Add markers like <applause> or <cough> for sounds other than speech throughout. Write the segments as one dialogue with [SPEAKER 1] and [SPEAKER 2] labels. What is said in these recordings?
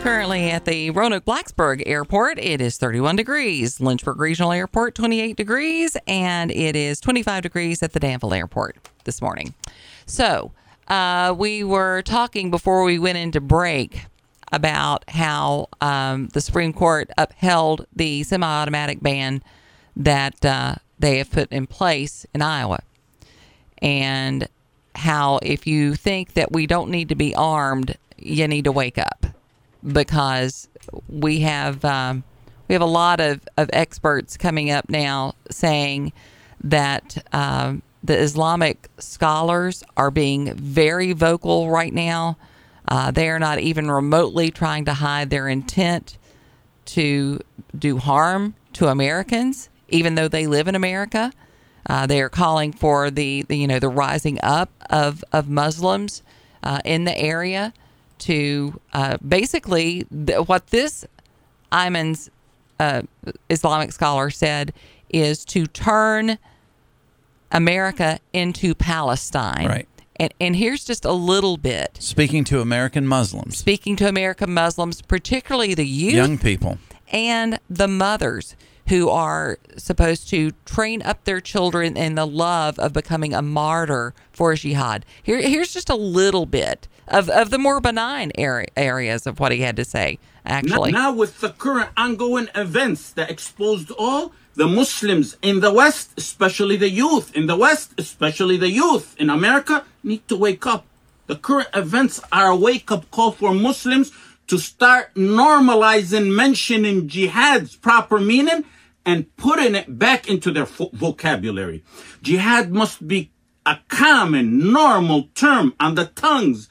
[SPEAKER 1] Currently at the Roanoke Blacksburg Airport, it is 31 degrees. Lynchburg Regional Airport, 28 degrees. And it is 25 degrees at the Danville Airport this morning. So uh, we were talking before we went into break about how um, the Supreme Court upheld the semi automatic ban that uh, they have put in place in Iowa. And how if you think that we don't need to be armed, you need to wake up because we have um, we have a lot of, of experts coming up now saying that um, the Islamic scholars are being very vocal right now. Uh, they are not even remotely trying to hide their intent to do harm to Americans, even though they live in America. Uh, they are calling for the, the, you know the rising up of of Muslims uh, in the area to uh, basically th- what this Iman's uh, Islamic scholar said is to turn America into Palestine.
[SPEAKER 2] Right.
[SPEAKER 1] And and here's just a little bit
[SPEAKER 2] Speaking to American Muslims,
[SPEAKER 1] speaking to American Muslims, particularly the youth
[SPEAKER 2] young people.
[SPEAKER 1] and the mothers who are supposed to train up their children in the love of becoming a martyr for jihad. Here, here's just a little bit of, of the more benign area, areas of what he had to say,
[SPEAKER 3] Now,
[SPEAKER 1] actually.
[SPEAKER 3] now with the current ongoing events that exposed all the Muslims in the West, especially the youth in the West, especially the youth in America, need to wake up. The current events are a wake up call for Muslims to start normalizing mentioning jihad's proper meaning and putting it back into their fo- vocabulary. Jihad must be a common, normal term on the tongues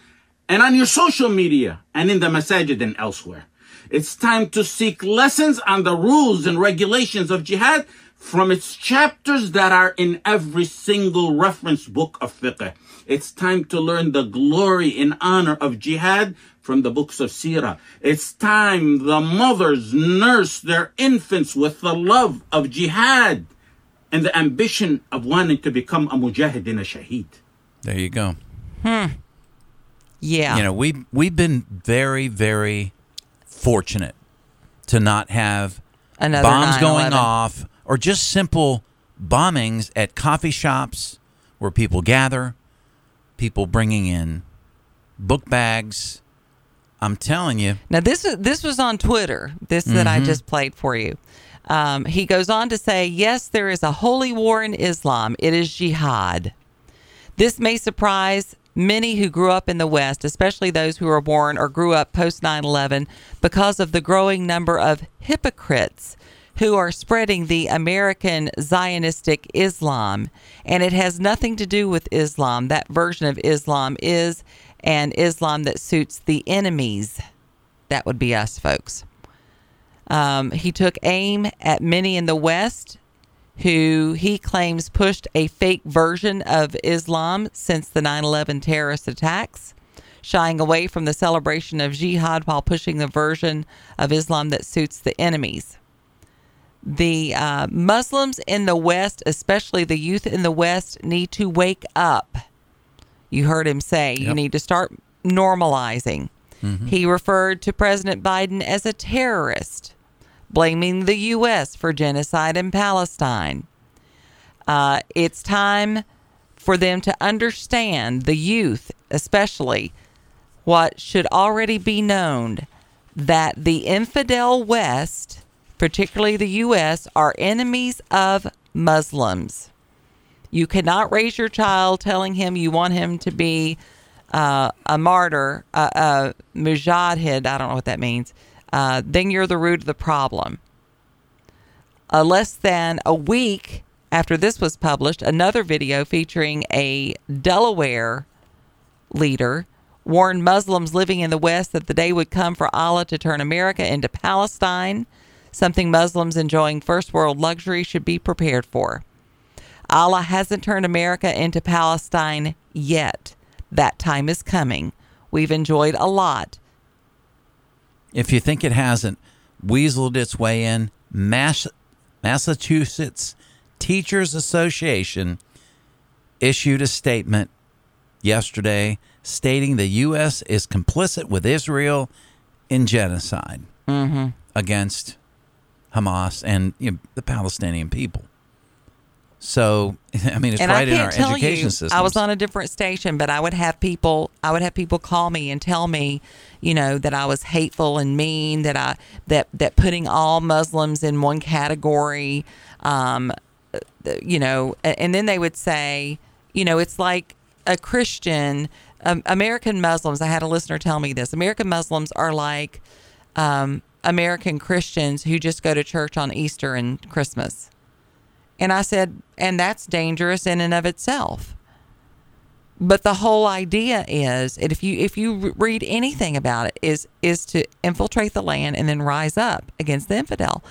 [SPEAKER 3] and on your social media and in the masajid and elsewhere. It's time to seek lessons on the rules and regulations of jihad from its chapters that are in every single reference book of fiqh. It's time to learn the glory and honor of jihad from the books of seerah. It's time the mothers nurse their infants with the love of jihad and the ambition of wanting to become a mujahid and a shaheed.
[SPEAKER 2] There you go.
[SPEAKER 1] yeah.
[SPEAKER 2] You know, we we've been very very fortunate to not have
[SPEAKER 1] Another
[SPEAKER 2] bombs
[SPEAKER 1] 9/11.
[SPEAKER 2] going off or just simple bombings at coffee shops where people gather, people bringing in book bags. I'm telling you,
[SPEAKER 1] Now this is this was on Twitter. This that I just played for you. Um, he goes on to say, "Yes, there is a holy war in Islam. It is jihad. This may surprise many who grew up in the West, especially those who were born or grew up post 9/11, because of the growing number of hypocrites." Who are spreading the American Zionistic Islam. And it has nothing to do with Islam. That version of Islam is an Islam that suits the enemies that would be us, folks. Um, he took aim at many in the West who he claims pushed a fake version of Islam since the 9 11 terrorist attacks, shying away from the celebration of jihad while pushing the version of Islam that suits the enemies the uh, Muslims in the West, especially the youth in the West, need to wake up. You heard him say you
[SPEAKER 2] Yep.
[SPEAKER 1] need to start normalizing. He referred to President Biden as a terrorist, blaming the U.S. for genocide in Palestine. Uh, it's time for them to understand, the youth especially, what should already be known that the infidel West, particularly the U.S., are enemies of Muslims. You cannot raise your child telling him you want him to be uh, a martyr, a, a mujahid. I don't know what that means. Uh, then you're the root of the problem. Uh, less than a week after this was published, another video featuring a Delaware leader warned Muslims living in the West that the day would come for Allah to turn America into Palestine, something Muslims enjoying first world luxury should be prepared for. Allah hasn't turned America into Palestine yet. That time is coming. We've enjoyed a lot.
[SPEAKER 2] if you think it hasn't weaseled its way in, Mass- Massachusetts Teachers Association issued a statement yesterday stating the U.S. is complicit with Israel in genocide
[SPEAKER 1] Mm-hmm.
[SPEAKER 2] against Hamas and you know, the Palestinian people. So, <laughs> I mean, it's
[SPEAKER 1] and
[SPEAKER 2] right
[SPEAKER 1] I
[SPEAKER 2] in our
[SPEAKER 1] can't tell
[SPEAKER 2] education
[SPEAKER 1] you,
[SPEAKER 2] system.
[SPEAKER 1] I was on a different station, but I would have people, I would have people call me and tell me, you know, that I was hateful and mean, that I that that putting all Muslims in one category, um, uh, you know, a- and then they would say, you know, it's like a Christian, um, American Muslims. I had a listener tell me this. American Muslims are like um, American Christians who just go to church on Easter and Christmas. And I said, and that's dangerous in and of itself. But the whole idea is, and if you if you re- read anything about it, is is to infiltrate the land and then rise up against the infidel,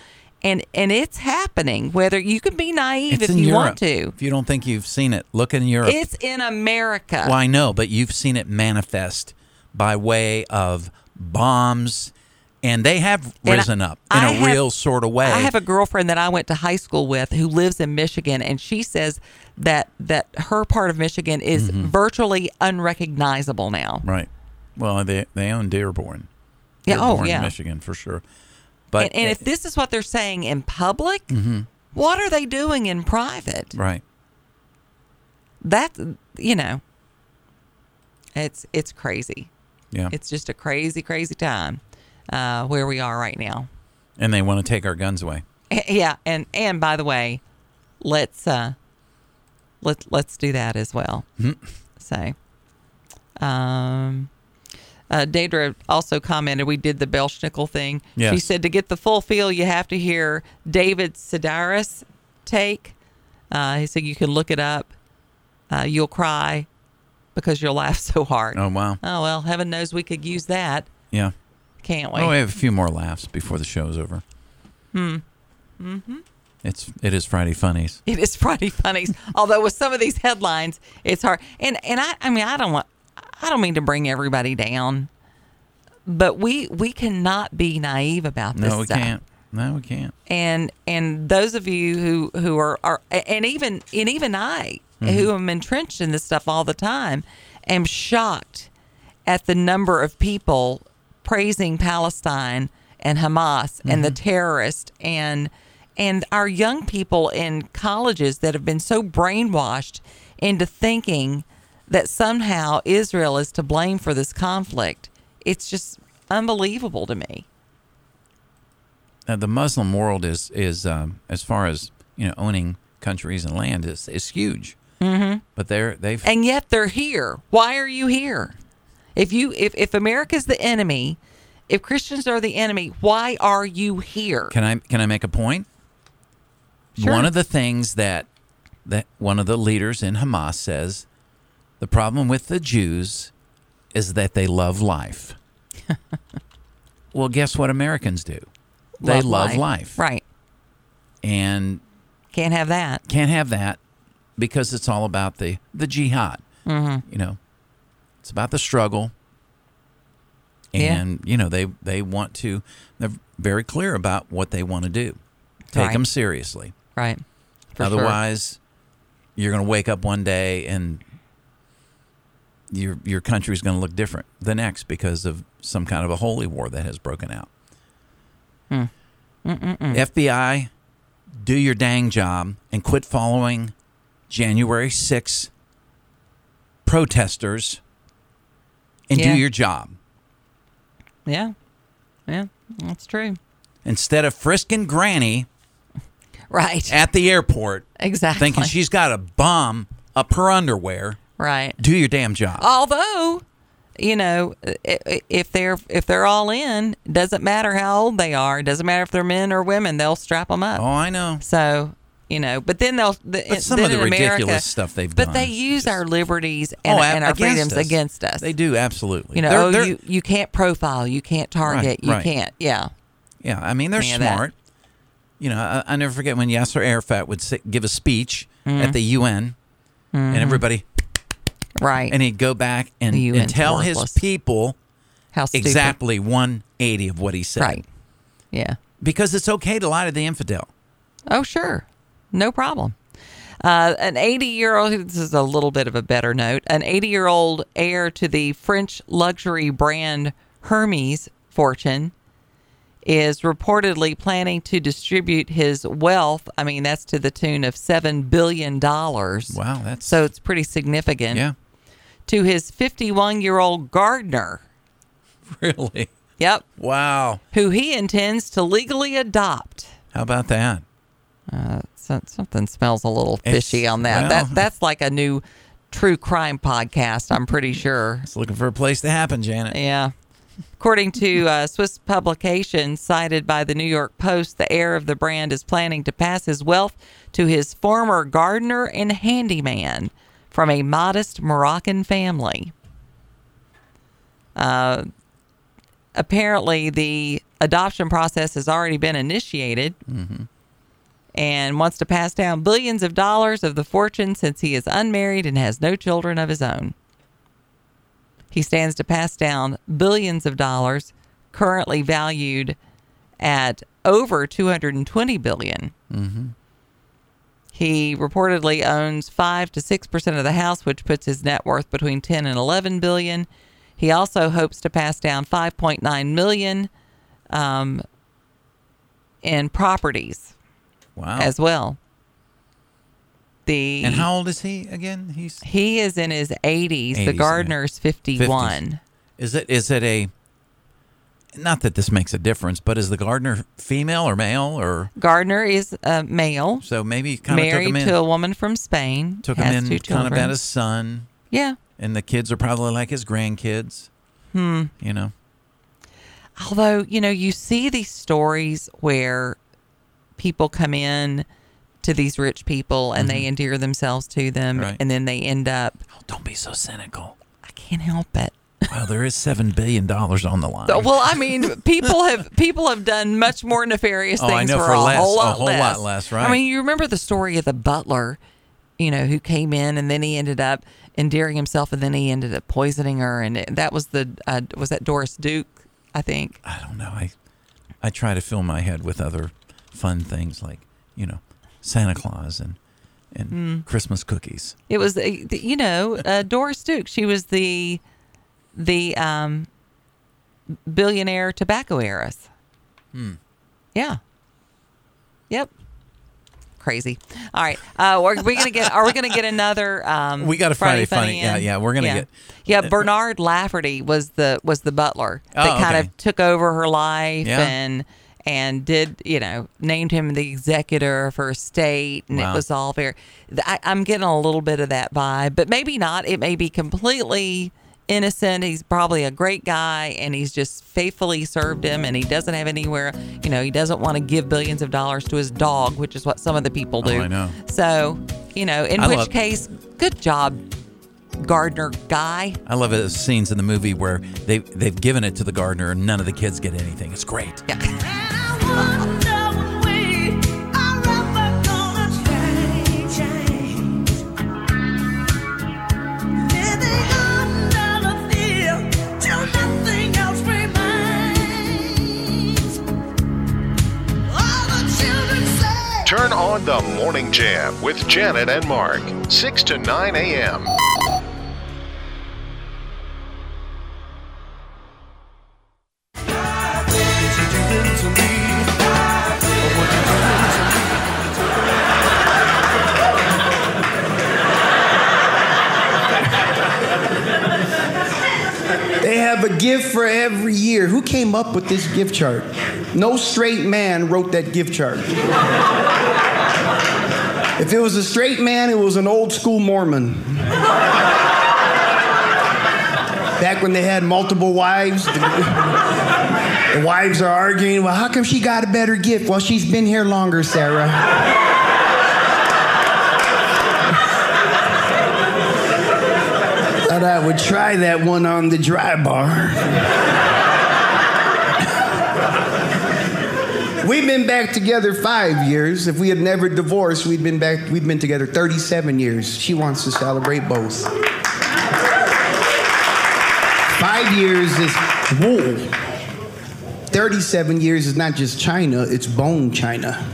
[SPEAKER 1] and and it's happening. Whether you can be naive
[SPEAKER 2] It's
[SPEAKER 1] if
[SPEAKER 2] in
[SPEAKER 1] you
[SPEAKER 2] Europe.
[SPEAKER 1] want to,
[SPEAKER 2] If you don't think you've seen it, look in Europe.
[SPEAKER 1] it's in America.
[SPEAKER 2] Well, I know, but you've seen it manifest by way of bombs, and they have
[SPEAKER 1] And I-
[SPEAKER 2] risen up in
[SPEAKER 1] I
[SPEAKER 2] a
[SPEAKER 1] have-
[SPEAKER 2] real sort of way.
[SPEAKER 1] I have a girlfriend that I went to high school with who lives in Michigan, and she says that that her part of Michigan is
[SPEAKER 2] Mm-hmm.
[SPEAKER 1] virtually unrecognizable now.
[SPEAKER 2] right. Well, they they own Dearborn.
[SPEAKER 1] Yeah, oh,
[SPEAKER 2] Dearborn,
[SPEAKER 1] yeah.
[SPEAKER 2] Michigan for sure. But
[SPEAKER 1] And, and if this is what they're saying in public, what are they doing in private?
[SPEAKER 2] right,
[SPEAKER 1] That you know, it's it's crazy.
[SPEAKER 2] yeah,
[SPEAKER 1] It's just a crazy, crazy time uh, where we are right now.
[SPEAKER 2] and they want to take our guns away.
[SPEAKER 1] Eh, Yeah, and and by the way, let's uh, let let's do that as well.
[SPEAKER 2] Hmm.
[SPEAKER 1] So, um, uh, Deidre also commented we did the Belschnickel thing. She
[SPEAKER 2] Yes.
[SPEAKER 1] said to get the full feel, you have to hear David Sedaris take. Uh, he said you can look it up. Uh, you'll cry because you'll laugh <laughs> so hard.
[SPEAKER 2] Oh wow,
[SPEAKER 1] Oh well, heaven knows we could use that,
[SPEAKER 2] yeah.
[SPEAKER 1] can't we?
[SPEAKER 2] Oh, we have a few more laughs before the show's over. Hmm. Mm-hmm.
[SPEAKER 1] Mm-hmm.
[SPEAKER 2] It's it is Friday funnies.
[SPEAKER 1] <laughs> It is Friday funnies. Although with some of these headlines, it's hard. And and I I mean I don't want I don't mean to bring everybody down, but we we cannot be naive about this.
[SPEAKER 2] No, we
[SPEAKER 1] stuff.
[SPEAKER 2] can't. No, we can't.
[SPEAKER 1] And and those of you who who are are and even and even I who am entrenched in this stuff all the time am shocked at the number of people praising Palestine and Hamas and the terrorists and and our young people in colleges that have been so brainwashed into thinking that somehow Israel is to blame for this conflict. It's just unbelievable to me.
[SPEAKER 2] uh, the Muslim world is is um, as far as you know owning countries and land is is huge. Mm-hmm. But they're they've
[SPEAKER 1] and yet they're here. Why are you here? If you if if America's the enemy, if Christians are the enemy, why are you here?
[SPEAKER 2] can I can I make a point?
[SPEAKER 1] Sure.
[SPEAKER 2] One of the things that that one of the leaders in Hamas says the problem with the Jews is that they love <laughs> life. well, guess what Americans do? They love, life.
[SPEAKER 1] Right.
[SPEAKER 2] And
[SPEAKER 1] Can't have that.
[SPEAKER 2] can't have that because it's all about the the jihad.
[SPEAKER 1] Mm-hmm.
[SPEAKER 2] You know, it's about the struggle,
[SPEAKER 1] Yeah.
[SPEAKER 2] and you know they they want to. They're very clear about what they want to do. Take
[SPEAKER 1] Right.
[SPEAKER 2] them seriously.
[SPEAKER 1] Right. For sure.
[SPEAKER 2] Otherwise, you're going to wake up one day and your your country's going to look different the next because of some kind of a holy war that has broken out.
[SPEAKER 1] Hmm.
[SPEAKER 2] FBI, do your dang job and quit following January 6 protesters and
[SPEAKER 1] Yeah.
[SPEAKER 2] do your job.
[SPEAKER 1] Yeah. Yeah. That's true.
[SPEAKER 2] Instead of frisking Granny
[SPEAKER 1] Right.
[SPEAKER 2] at the airport
[SPEAKER 1] <laughs> exactly.
[SPEAKER 2] thinking she's got a bomb up her underwear.
[SPEAKER 1] right.
[SPEAKER 2] do your damn job.
[SPEAKER 1] Although, you know, i- i- if they're if they're all in, doesn't matter how old they are, doesn't matter if they're men or women, they'll strap them up.
[SPEAKER 2] oh, I know.
[SPEAKER 1] So you know, but then they'll. The,
[SPEAKER 2] But some
[SPEAKER 1] then
[SPEAKER 2] of the
[SPEAKER 1] in America-
[SPEAKER 2] ridiculous stuff they've
[SPEAKER 1] but
[SPEAKER 2] done
[SPEAKER 1] they
[SPEAKER 2] is
[SPEAKER 1] use
[SPEAKER 2] just-
[SPEAKER 1] our liberties and,
[SPEAKER 2] oh,
[SPEAKER 1] and our freedoms
[SPEAKER 2] us.
[SPEAKER 1] against us.
[SPEAKER 2] They do absolutely.
[SPEAKER 1] You know,
[SPEAKER 2] They're-
[SPEAKER 1] oh,
[SPEAKER 2] they're-
[SPEAKER 1] you you can't profile, you can't target,
[SPEAKER 2] Right,
[SPEAKER 1] you
[SPEAKER 2] right.
[SPEAKER 1] can't. Yeah,
[SPEAKER 2] yeah. I mean, they're
[SPEAKER 1] Yeah, that.
[SPEAKER 2] smart. You know, I, I never forget when Yasser Arafat would sit, give a speech
[SPEAKER 1] Mm.
[SPEAKER 2] at the UN, and everybody,
[SPEAKER 1] right.
[SPEAKER 2] and he'd go back and,
[SPEAKER 1] Mm-hmm. The
[SPEAKER 2] and
[SPEAKER 1] UN's
[SPEAKER 2] tell
[SPEAKER 1] worthless.
[SPEAKER 2] his people
[SPEAKER 1] How stupid.
[SPEAKER 2] exactly 180 of what he said.
[SPEAKER 1] Right. Yeah.
[SPEAKER 2] Because it's okay to lie to the infidel.
[SPEAKER 1] Oh, sure. No problem. Uh, an 80 year old, this is a little bit of a better note, an 80 year old heir to the French luxury brand Hermes fortune is reportedly planning to distribute his wealth. I mean, that's to the tune of $7 billion.
[SPEAKER 2] Wow, that's
[SPEAKER 1] So it's pretty significant.
[SPEAKER 2] yeah, <laughs>
[SPEAKER 1] To his 51 year old gardener.
[SPEAKER 2] really.
[SPEAKER 1] Yep.
[SPEAKER 2] Wow,
[SPEAKER 1] Who he intends to legally adopt.
[SPEAKER 2] how about that?
[SPEAKER 1] So, something smells a little
[SPEAKER 2] It's-
[SPEAKER 1] fishy on that.
[SPEAKER 2] well-
[SPEAKER 1] that. That's like a new true crime podcast, I'm pretty sure.
[SPEAKER 2] It's looking for a place to happen, Janet.
[SPEAKER 1] Yeah. According to uh, Swiss publication cited by the New York Post, the heir of the brand is planning to pass his wealth to his former gardener and handyman from a modest Moroccan family. Uh, apparently, the adoption process has already been initiated and wants to pass down billions of dollars of the fortune since he is unmarried and has no children of his own. He stands to pass down billions of dollars, currently valued at over 220 billion.
[SPEAKER 2] Mm-hmm.
[SPEAKER 1] He reportedly owns five to six percent of the house, which puts his net worth between 10 and 11 billion. He also hopes to pass down 5.9 million um, in properties
[SPEAKER 2] Wow.
[SPEAKER 1] as well. The
[SPEAKER 2] and how old is he again? He's
[SPEAKER 1] he is in his 80s.
[SPEAKER 2] 80s,
[SPEAKER 1] the
[SPEAKER 2] yeah.
[SPEAKER 1] gardener's 51.
[SPEAKER 2] is it is it a not that this makes a difference, but is the gardener female or male or
[SPEAKER 1] Gardner is a male,
[SPEAKER 2] so maybe kind of took
[SPEAKER 1] married
[SPEAKER 2] him in
[SPEAKER 1] to a woman from Spain.
[SPEAKER 2] took
[SPEAKER 1] has
[SPEAKER 2] him
[SPEAKER 1] two
[SPEAKER 2] in kind of
[SPEAKER 1] children.
[SPEAKER 2] at his son,
[SPEAKER 1] yeah.
[SPEAKER 2] and the kids are probably like his grandkids. Hmm. You know.
[SPEAKER 1] Although you know, you see these stories where people come in to these rich people and they endear themselves to them,
[SPEAKER 2] Mm-hmm. Right.
[SPEAKER 1] and then they end up.
[SPEAKER 2] Oh, don't be so cynical.
[SPEAKER 1] I can't help it.
[SPEAKER 2] Wow, there is seven billion dollars on the line.
[SPEAKER 1] Well, I
[SPEAKER 2] <laughs>
[SPEAKER 1] mean, people have people have done much more nefarious
[SPEAKER 2] Oh, I
[SPEAKER 1] things
[SPEAKER 2] know,
[SPEAKER 1] for,
[SPEAKER 2] for
[SPEAKER 1] a
[SPEAKER 2] less,
[SPEAKER 1] whole
[SPEAKER 2] a
[SPEAKER 1] lot
[SPEAKER 2] whole
[SPEAKER 1] less.
[SPEAKER 2] lot less, right.
[SPEAKER 1] I mean, you remember the story of the butler, you know, who came in and then he ended up endearing himself, and then he ended up poisoning her, and it- that was the uh, was that Doris Duke, I think.
[SPEAKER 2] I don't know. I I try to fill my head with other fun things like you know Santa Claus and and
[SPEAKER 1] Hmm.
[SPEAKER 2] Christmas cookies.
[SPEAKER 1] It was, uh, you know, uh, Doris Duke. She was the the um, billionaire tobacco heiress.
[SPEAKER 2] Hmm.
[SPEAKER 1] Yeah. Yep. Crazy. All right. Uh, are we gonna get? Are we gonna get another? Um,
[SPEAKER 2] We got a Friday funny.
[SPEAKER 1] in?
[SPEAKER 2] Yeah, yeah, we're gonna
[SPEAKER 1] yeah.
[SPEAKER 2] get- uh,
[SPEAKER 1] Yeah, Bernard Lafferty was the was the butler that
[SPEAKER 2] Oh,
[SPEAKER 1] kind
[SPEAKER 2] okay.
[SPEAKER 1] of took over her life
[SPEAKER 2] Yeah.
[SPEAKER 1] and and did you know named him the executor of her estate and
[SPEAKER 2] Wow.
[SPEAKER 1] it was all very. th- I, I'm getting a little bit of that vibe, but maybe not. It may be completely innocent. He's probably a great guy, and he's just faithfully served him, and he doesn't have anywhere. You know, he doesn't want to give billions of dollars to his dog, which is what some of the people do.
[SPEAKER 2] Oh, I know.
[SPEAKER 1] So, you know, in
[SPEAKER 2] I
[SPEAKER 1] which
[SPEAKER 2] love-
[SPEAKER 1] case, good job, gardener guy.
[SPEAKER 2] I love those scenes in the movie where they they've given it to the gardener and none of the kids get anything. It's great.
[SPEAKER 1] Yeah.
[SPEAKER 4] And I wonder when we are ever gonna change. Living under the fear till nothing else remains. All the children say.
[SPEAKER 5] Turn on the Morning Jam with Janet and Mark, 6 to 9 a.m.
[SPEAKER 6] They have a gift for every year. Who came up with this gift chart? No straight man wrote that gift chart. If it was a straight man, it was an old school Mormon. Back when they had multiple wives, the, the wives are arguing, well, how come she got a better gift? Well, she's been here longer, Sarah. Thought I would try that one on the dry bar. We've been back together five years. If we had never divorced, we'd been back. We've been together 37 years. She wants to celebrate both. Five years is wool. 37 years is not just China; it's bone China.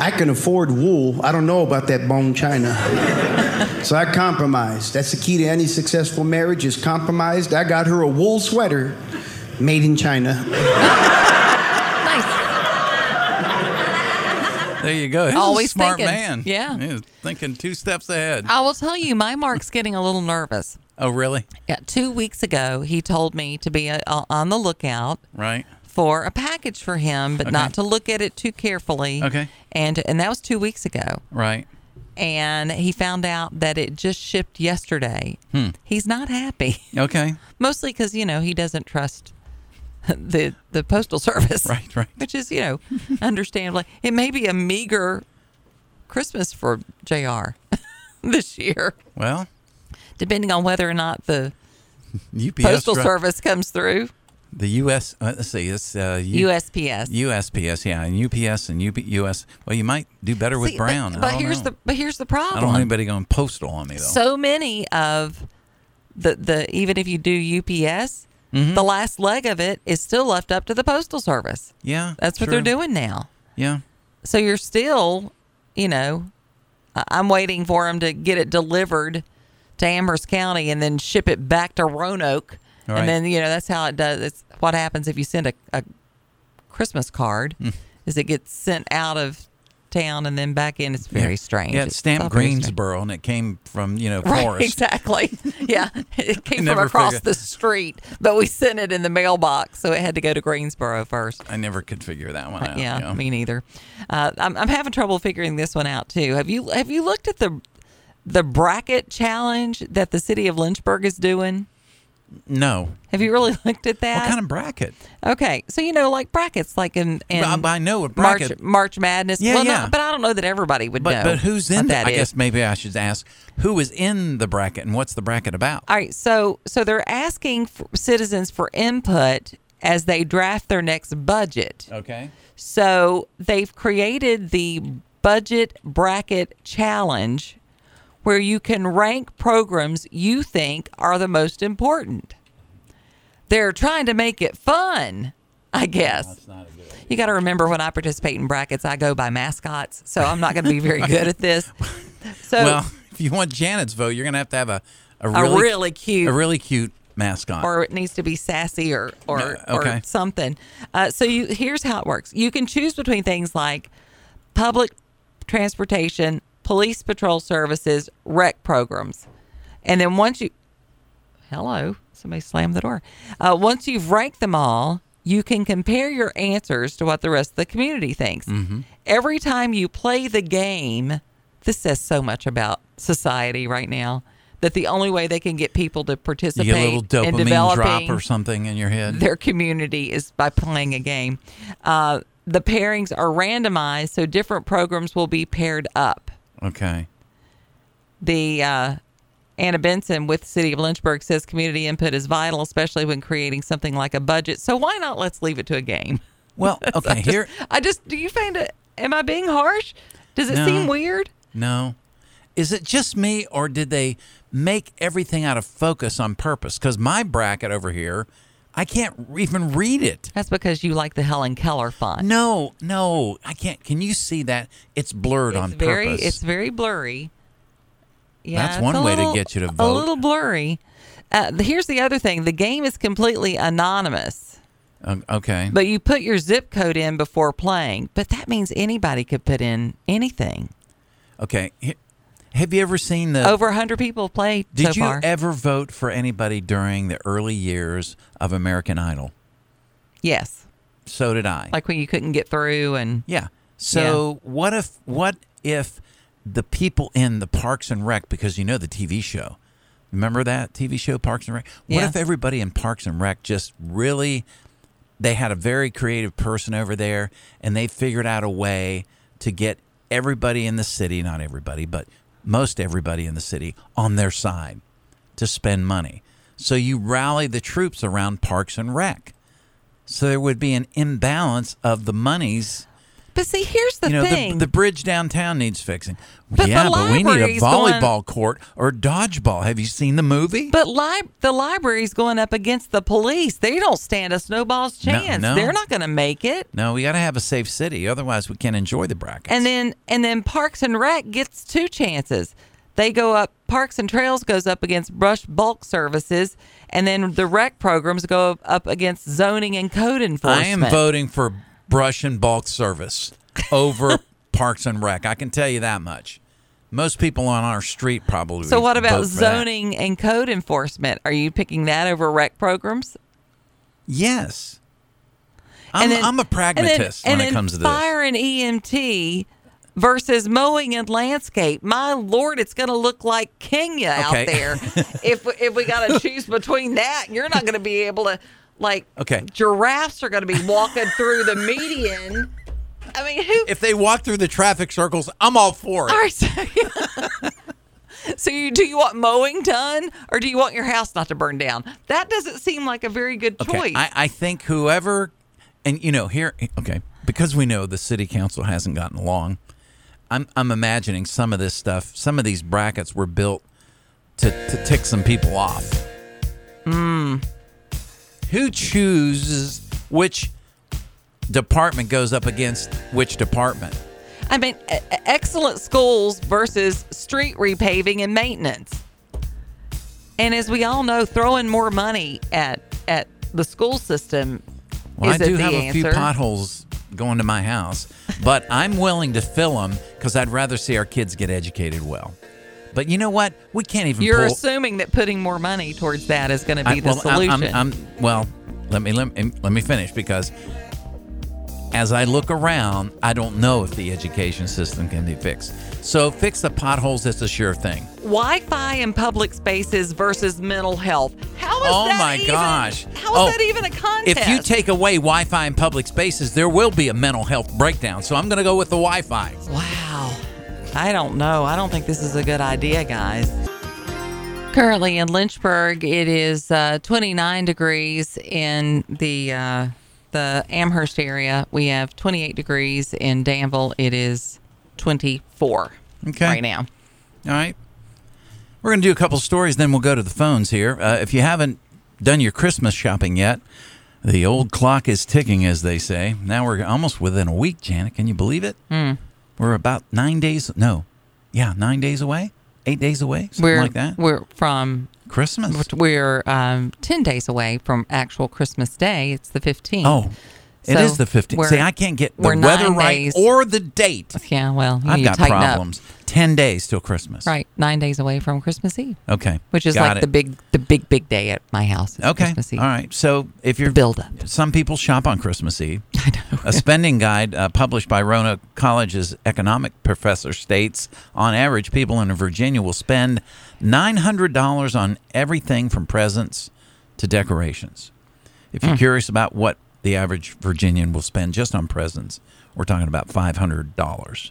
[SPEAKER 6] I can afford wool. I don't know about that bone China. So I compromised. That's the key to any successful marriage is compromised. I got her a wool sweater Made in China.
[SPEAKER 1] <laughs> Nice.
[SPEAKER 2] There you go. He's
[SPEAKER 1] Always
[SPEAKER 2] a smart
[SPEAKER 1] thinking.
[SPEAKER 2] man.
[SPEAKER 1] Yeah.
[SPEAKER 2] He's thinking two steps ahead.
[SPEAKER 1] I will tell you, my Mark's getting a little nervous.
[SPEAKER 2] oh, really?
[SPEAKER 1] Yeah, two weeks ago, he told me to be uh on the lookout
[SPEAKER 2] Right.
[SPEAKER 1] for a package for him, but not
[SPEAKER 2] Okay.
[SPEAKER 1] to look at it too carefully.
[SPEAKER 2] Okay.
[SPEAKER 1] And and that was two weeks ago.
[SPEAKER 2] Right.
[SPEAKER 1] And he found out that it just shipped yesterday.
[SPEAKER 2] Hmm.
[SPEAKER 1] He's not happy, <laughs>
[SPEAKER 2] Okay.
[SPEAKER 1] mostly because you know he doesn't trust <laughs> the the postal service,
[SPEAKER 2] <laughs> Right, right.
[SPEAKER 1] Which is you know understandably. It may be a meager Christmas for Jr. <laughs> this year,
[SPEAKER 2] Well,
[SPEAKER 1] depending on whether or not the
[SPEAKER 2] UPS.
[SPEAKER 1] postal
[SPEAKER 2] dri-
[SPEAKER 1] service comes through.
[SPEAKER 2] The U.S. Uh, let's see. It's uh, U-
[SPEAKER 1] USPS.
[SPEAKER 2] USPS. Yeah, and UPS and UP- US. Well, you might do better with
[SPEAKER 1] See, but-
[SPEAKER 2] Brown. I
[SPEAKER 1] But,
[SPEAKER 2] don't
[SPEAKER 1] here's
[SPEAKER 2] know.
[SPEAKER 1] the but here's the problem.
[SPEAKER 2] I don't want anybody going postal on me though.
[SPEAKER 1] so many of the the even if you do UPS,
[SPEAKER 2] Mm-hmm.
[SPEAKER 1] the last leg of it is still left up to the postal service.
[SPEAKER 2] yeah,
[SPEAKER 1] That's what
[SPEAKER 2] true.
[SPEAKER 1] they're doing now.
[SPEAKER 2] Yeah,
[SPEAKER 1] So you're still, you know, I- I'm waiting for them to get it delivered to Amherst County and then ship it back to Roanoke.
[SPEAKER 2] Right.
[SPEAKER 1] And then, you know, that's how it does. It's what happens if you send a, a Christmas card
[SPEAKER 2] Hmm.
[SPEAKER 1] is it gets sent out of town and then back in. It's very
[SPEAKER 2] yeah.
[SPEAKER 1] strange.
[SPEAKER 2] Yeah,
[SPEAKER 1] It's
[SPEAKER 2] it's stamped
[SPEAKER 1] all very strange.
[SPEAKER 2] Greensboro, and it came from you know
[SPEAKER 1] Right,
[SPEAKER 2] Forest.
[SPEAKER 1] exactly. <laughs> Yeah,
[SPEAKER 2] <laughs>
[SPEAKER 1] it came from
[SPEAKER 2] never
[SPEAKER 1] across
[SPEAKER 2] figured-
[SPEAKER 1] the street, but we sent it in the mailbox, so it had to go to Greensboro first.
[SPEAKER 2] I never could figure that one out.
[SPEAKER 1] yeah, me neither. Uh, I'm, I'm having trouble figuring this one out too. Have you have you looked at the the bracket challenge that the city of Lynchburg is doing?
[SPEAKER 2] no.
[SPEAKER 1] Have you really <laughs> looked at that?
[SPEAKER 2] What kind of bracket?
[SPEAKER 1] okay, so you know, like brackets, like in, in
[SPEAKER 2] I- I know what bracket-
[SPEAKER 1] March, March Madness.
[SPEAKER 2] Yeah,
[SPEAKER 1] well, no,
[SPEAKER 2] yeah.
[SPEAKER 1] but I don't know that everybody would
[SPEAKER 2] But
[SPEAKER 1] know.
[SPEAKER 2] but who's in
[SPEAKER 1] what
[SPEAKER 2] that?
[SPEAKER 1] that
[SPEAKER 2] I
[SPEAKER 1] is.
[SPEAKER 2] guess maybe I should ask who is in the bracket and what's the bracket about?
[SPEAKER 1] All right, so so they're asking for citizens for input as they draft their next budget.
[SPEAKER 2] okay.
[SPEAKER 1] So they've created the budget bracket challenge where you can rank programs you think are the most important. They're trying to make it fun, I guess. You got to remember when I participate in brackets, I go by mascots, so I'm not going to be
[SPEAKER 2] <laughs>
[SPEAKER 1] very good at this. So
[SPEAKER 2] Well, <laughs> if you want Janet's vote, you're gonna have to have a a
[SPEAKER 1] a
[SPEAKER 2] really,
[SPEAKER 1] really, cute
[SPEAKER 2] a really cute mascot.
[SPEAKER 1] or it needs to be sassy or or,
[SPEAKER 2] No, okay.
[SPEAKER 1] or something. Uh, so you here's how it works. You can choose between things like public transportation, police patrol services, rec programs, and then once you hello somebody slammed the door. Uh, once you've ranked them all. You can compare your answers to what the rest of the community thinks.
[SPEAKER 2] Mm-hmm.
[SPEAKER 1] Every time you play the game, this says so much about society right now that the only way they can get people to participate
[SPEAKER 2] you get a little
[SPEAKER 1] and
[SPEAKER 2] dopamine drop
[SPEAKER 1] developing
[SPEAKER 2] or something in your head.
[SPEAKER 1] their community is by playing a game. Uh, the pairings are randomized, so different programs will be paired up.
[SPEAKER 2] Okay.
[SPEAKER 1] The uh, Anna Benson with the City of Lynchburg says community input is vital, especially when creating something like a budget. So why not let's leave it to a game? <laughs>
[SPEAKER 2] Well, okay. here,
[SPEAKER 1] I just do you find it? Am I being harsh? Does it
[SPEAKER 2] No.
[SPEAKER 1] seem weird?
[SPEAKER 2] No. Is it just me, or did they make everything out of focus on purpose? Because my bracket over here, I can't re- even read it.
[SPEAKER 1] That's because you like the Helen Keller font.
[SPEAKER 2] No, no, I can't. Can you see that? It's blurred on
[SPEAKER 1] it's very,
[SPEAKER 2] purpose.
[SPEAKER 1] It's very blurry. Yeah,
[SPEAKER 2] That's
[SPEAKER 1] it's
[SPEAKER 2] one
[SPEAKER 1] a
[SPEAKER 2] way to
[SPEAKER 1] little-
[SPEAKER 2] get you to
[SPEAKER 1] A
[SPEAKER 2] vote.
[SPEAKER 1] little blurry. Uh, the- here's the other thing: the game is completely anonymous,
[SPEAKER 2] O- Um, okay.
[SPEAKER 1] but you put your zip code in before playing. But that means anybody could put in anything.
[SPEAKER 2] Okay. H- Have you ever seen the?
[SPEAKER 1] Over 100 people have played
[SPEAKER 2] did
[SPEAKER 1] so
[SPEAKER 2] you
[SPEAKER 1] far.
[SPEAKER 2] ever vote for anybody during the early years of American Idol?
[SPEAKER 1] yes,
[SPEAKER 2] So did I.
[SPEAKER 1] like when you couldn't get through, and
[SPEAKER 2] Yeah. So what if what if the people in the Parks and Rec because you know the TV show. Remember that TV show Parks and Rec? What
[SPEAKER 1] Yeah.
[SPEAKER 2] if everybody in Parks and Rec just really they had a very creative person over there and they figured out a way to get everybody in the city, not everybody, but most everybody in the city on their side to spend money. So you rally the troops around Parks and Rec. So there would be an imbalance of the monies
[SPEAKER 1] but see, here's the
[SPEAKER 2] you know,
[SPEAKER 1] thing.
[SPEAKER 2] The, the bridge downtown needs fixing.
[SPEAKER 1] But
[SPEAKER 2] yeah,
[SPEAKER 1] the
[SPEAKER 2] but we need a
[SPEAKER 1] library's going-
[SPEAKER 2] volleyball court or dodgeball. Have you seen the movie?
[SPEAKER 1] But li- the library's going up against the police. They don't stand a snowball's
[SPEAKER 2] No,
[SPEAKER 1] chance.
[SPEAKER 2] no.
[SPEAKER 1] They're not going to make it.
[SPEAKER 2] no, we got to have a safe city. Otherwise, we can't enjoy the brackets.
[SPEAKER 1] And then and then Parks and Rec gets two chances. They go up, Parks and Trails goes up against brush bulk services, and then the rec programs go up against zoning and code
[SPEAKER 2] I
[SPEAKER 1] enforcement.
[SPEAKER 2] am voting for brush and bulk service
[SPEAKER 1] <laughs>
[SPEAKER 2] over Parks and Rec. I can tell you that much. Most people on our street probably.
[SPEAKER 1] So, what about
[SPEAKER 2] vote for that.
[SPEAKER 1] zoning and code enforcement? Are you picking that over rec programs?
[SPEAKER 2] Yes. I'm, I'm a pragmatist
[SPEAKER 1] and then,
[SPEAKER 2] when
[SPEAKER 1] and
[SPEAKER 2] it comes to
[SPEAKER 1] then
[SPEAKER 2] this.
[SPEAKER 1] Fire and EMT versus mowing and landscape. My lord, it's going to look like Kenya
[SPEAKER 2] Okay.
[SPEAKER 1] out
[SPEAKER 2] <laughs>
[SPEAKER 1] there. if if we got to choose between that, you're not going to be able to like.
[SPEAKER 2] Okay.
[SPEAKER 1] Giraffes are going to be walking through the median. I mean, who
[SPEAKER 2] If they walk through the traffic circles, I'm all for it.
[SPEAKER 1] are so? <laughs> So you, do you want mowing done, or do you want your house not to burn down? That doesn't seem like a very good choice.
[SPEAKER 2] Okay. I, I think whoever, and you know, here, okay, because we know the city council hasn't gotten along, I'm, I'm imagining some of this stuff, some of these brackets were built to, to tick some people off. Mm. Who chooses which department goes up against which department?
[SPEAKER 1] I mean, e- e- excellent schools versus street repaving and maintenance. And as we all know, throwing more money at at the school system
[SPEAKER 2] Well,
[SPEAKER 1] is
[SPEAKER 2] I do
[SPEAKER 1] the
[SPEAKER 2] have
[SPEAKER 1] answer.
[SPEAKER 2] a few potholes going to my house,
[SPEAKER 1] <laughs>
[SPEAKER 2] but I'm willing to fill them because I'd rather see our kids get educated well. But you know what? We can't even.
[SPEAKER 1] You're
[SPEAKER 2] pull,
[SPEAKER 1] assuming that putting more money towards that is going to be
[SPEAKER 2] I-
[SPEAKER 1] the
[SPEAKER 2] well, I'm-
[SPEAKER 1] solution.
[SPEAKER 2] I'm, I'm, well, let me, let me let me finish because as I look around, I don't know if the education system can be fixed. So fix the potholes; it's a sure thing.
[SPEAKER 1] Wi-Fi in public spaces versus mental health. How is
[SPEAKER 2] oh
[SPEAKER 1] that
[SPEAKER 2] my
[SPEAKER 1] even,
[SPEAKER 2] gosh!
[SPEAKER 1] How is
[SPEAKER 2] Oh,
[SPEAKER 1] that even a contest?
[SPEAKER 2] If you take away Wi-Fi in public spaces, there will be a mental health breakdown. So I'm going to go with the Wi-Fi.
[SPEAKER 1] Wow. I don't know. I don't think this is a good idea, guys. Currently in Lynchburg, it is uh, 29 degrees in the uh, the Amherst area. We have 28 degrees in Danville. It is 24
[SPEAKER 2] Okay.
[SPEAKER 1] right now.
[SPEAKER 2] All right. We're going to do a couple stories, then we'll go to the phones here. Uh, if you haven't done your Christmas shopping yet, the old clock is ticking, as they say. Now we're almost within a week, Janet. Can you believe it?
[SPEAKER 1] Hmm.
[SPEAKER 2] We're about nine days. No. Yeah, nine days away? Eight days away? Something
[SPEAKER 1] we're
[SPEAKER 2] like that?
[SPEAKER 1] we're from
[SPEAKER 2] Christmas.
[SPEAKER 1] we're um, 10 days away from actual Christmas Day. It's the 15th.
[SPEAKER 2] Oh, it
[SPEAKER 1] So
[SPEAKER 2] is the 15th.
[SPEAKER 1] we're-
[SPEAKER 2] See, I can't get the
[SPEAKER 1] we're
[SPEAKER 2] weather
[SPEAKER 1] nine
[SPEAKER 2] right
[SPEAKER 1] days.
[SPEAKER 2] or the date.
[SPEAKER 1] yeah. Well, you
[SPEAKER 2] I've
[SPEAKER 1] need to
[SPEAKER 2] got
[SPEAKER 1] tighten up.
[SPEAKER 2] problems. 10 days till Christmas.
[SPEAKER 1] Right, nine days away from Christmas Eve.
[SPEAKER 2] Okay.
[SPEAKER 1] which is
[SPEAKER 2] Got
[SPEAKER 1] like
[SPEAKER 2] it.
[SPEAKER 1] the big the big big day at my house. It's
[SPEAKER 2] Okay.
[SPEAKER 1] Christmas Eve.
[SPEAKER 2] All right. So if you're
[SPEAKER 1] build up.
[SPEAKER 2] some people shop on Christmas Eve.
[SPEAKER 1] <laughs> I know.
[SPEAKER 2] A spending guide uh, published by Roanoke College's economic professor states on average, people in Virginia will spend $900 on everything from presents to decorations. If
[SPEAKER 1] Hmm.
[SPEAKER 2] you're curious about what the average Virginian will spend just on presents, we're talking about $500.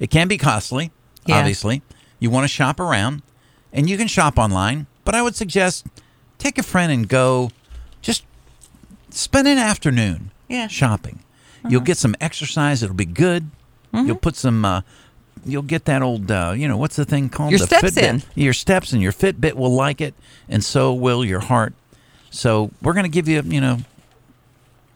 [SPEAKER 2] It can be costly,
[SPEAKER 1] Yeah.
[SPEAKER 2] obviously. You want to shop around, and you can shop online, but I would suggest take a friend and go just spend an afternoon
[SPEAKER 1] Yeah. Uh-huh.
[SPEAKER 2] shopping. You'll get some exercise. It'll be good.
[SPEAKER 1] Mm-hmm.
[SPEAKER 2] You'll put some. Uh, you'll get that old. Uh, you know what's the thing called?
[SPEAKER 1] Your
[SPEAKER 2] the
[SPEAKER 1] steps
[SPEAKER 2] Fitbit.
[SPEAKER 1] in.
[SPEAKER 2] Your steps and your Fitbit will like it, and so will your heart. So we're gonna give you. You know,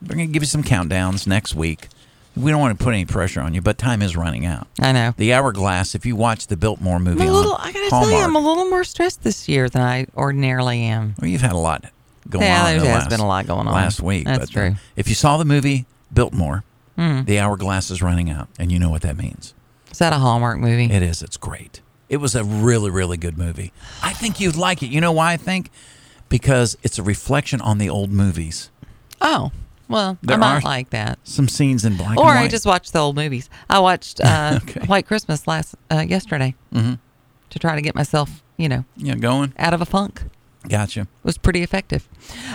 [SPEAKER 2] we're gonna give you some countdowns next week. We don't want to put any pressure on you, but time is running out.
[SPEAKER 1] I know.
[SPEAKER 2] The hourglass. If you watch the Biltmore movie,
[SPEAKER 1] I'm a little.
[SPEAKER 2] on
[SPEAKER 1] I gotta tell you,
[SPEAKER 2] Hallmark-
[SPEAKER 1] I'm a little more stressed this year than I ordinarily am.
[SPEAKER 2] Well, you've had a lot going
[SPEAKER 1] Yeah,
[SPEAKER 2] on.
[SPEAKER 1] there
[SPEAKER 2] in the
[SPEAKER 1] has
[SPEAKER 2] last-
[SPEAKER 1] been a lot going on.
[SPEAKER 2] last week.
[SPEAKER 1] That's
[SPEAKER 2] but uh,
[SPEAKER 1] true. Mm.
[SPEAKER 2] if you saw the movie Biltmore, the hourglass is running out, and you know what that means.
[SPEAKER 1] Is that a Hallmark movie?
[SPEAKER 2] It is. It's great. It was a really, really good movie. I think you'd like it. You know why I think? Because it's a reflection on the old movies.
[SPEAKER 1] oh, well, I
[SPEAKER 2] There
[SPEAKER 1] might
[SPEAKER 2] are-
[SPEAKER 1] like that.
[SPEAKER 2] Some scenes in black
[SPEAKER 1] Or
[SPEAKER 2] and white.
[SPEAKER 1] I just watched the old movies. I
[SPEAKER 2] <laughs>
[SPEAKER 1] watched uh,
[SPEAKER 2] Okay. Mm-hmm.
[SPEAKER 1] White Christmas last uh, yesterday to try to get myself, you know,
[SPEAKER 2] yeah, going.
[SPEAKER 1] out of a funk.
[SPEAKER 2] Gotcha.
[SPEAKER 1] was pretty effective.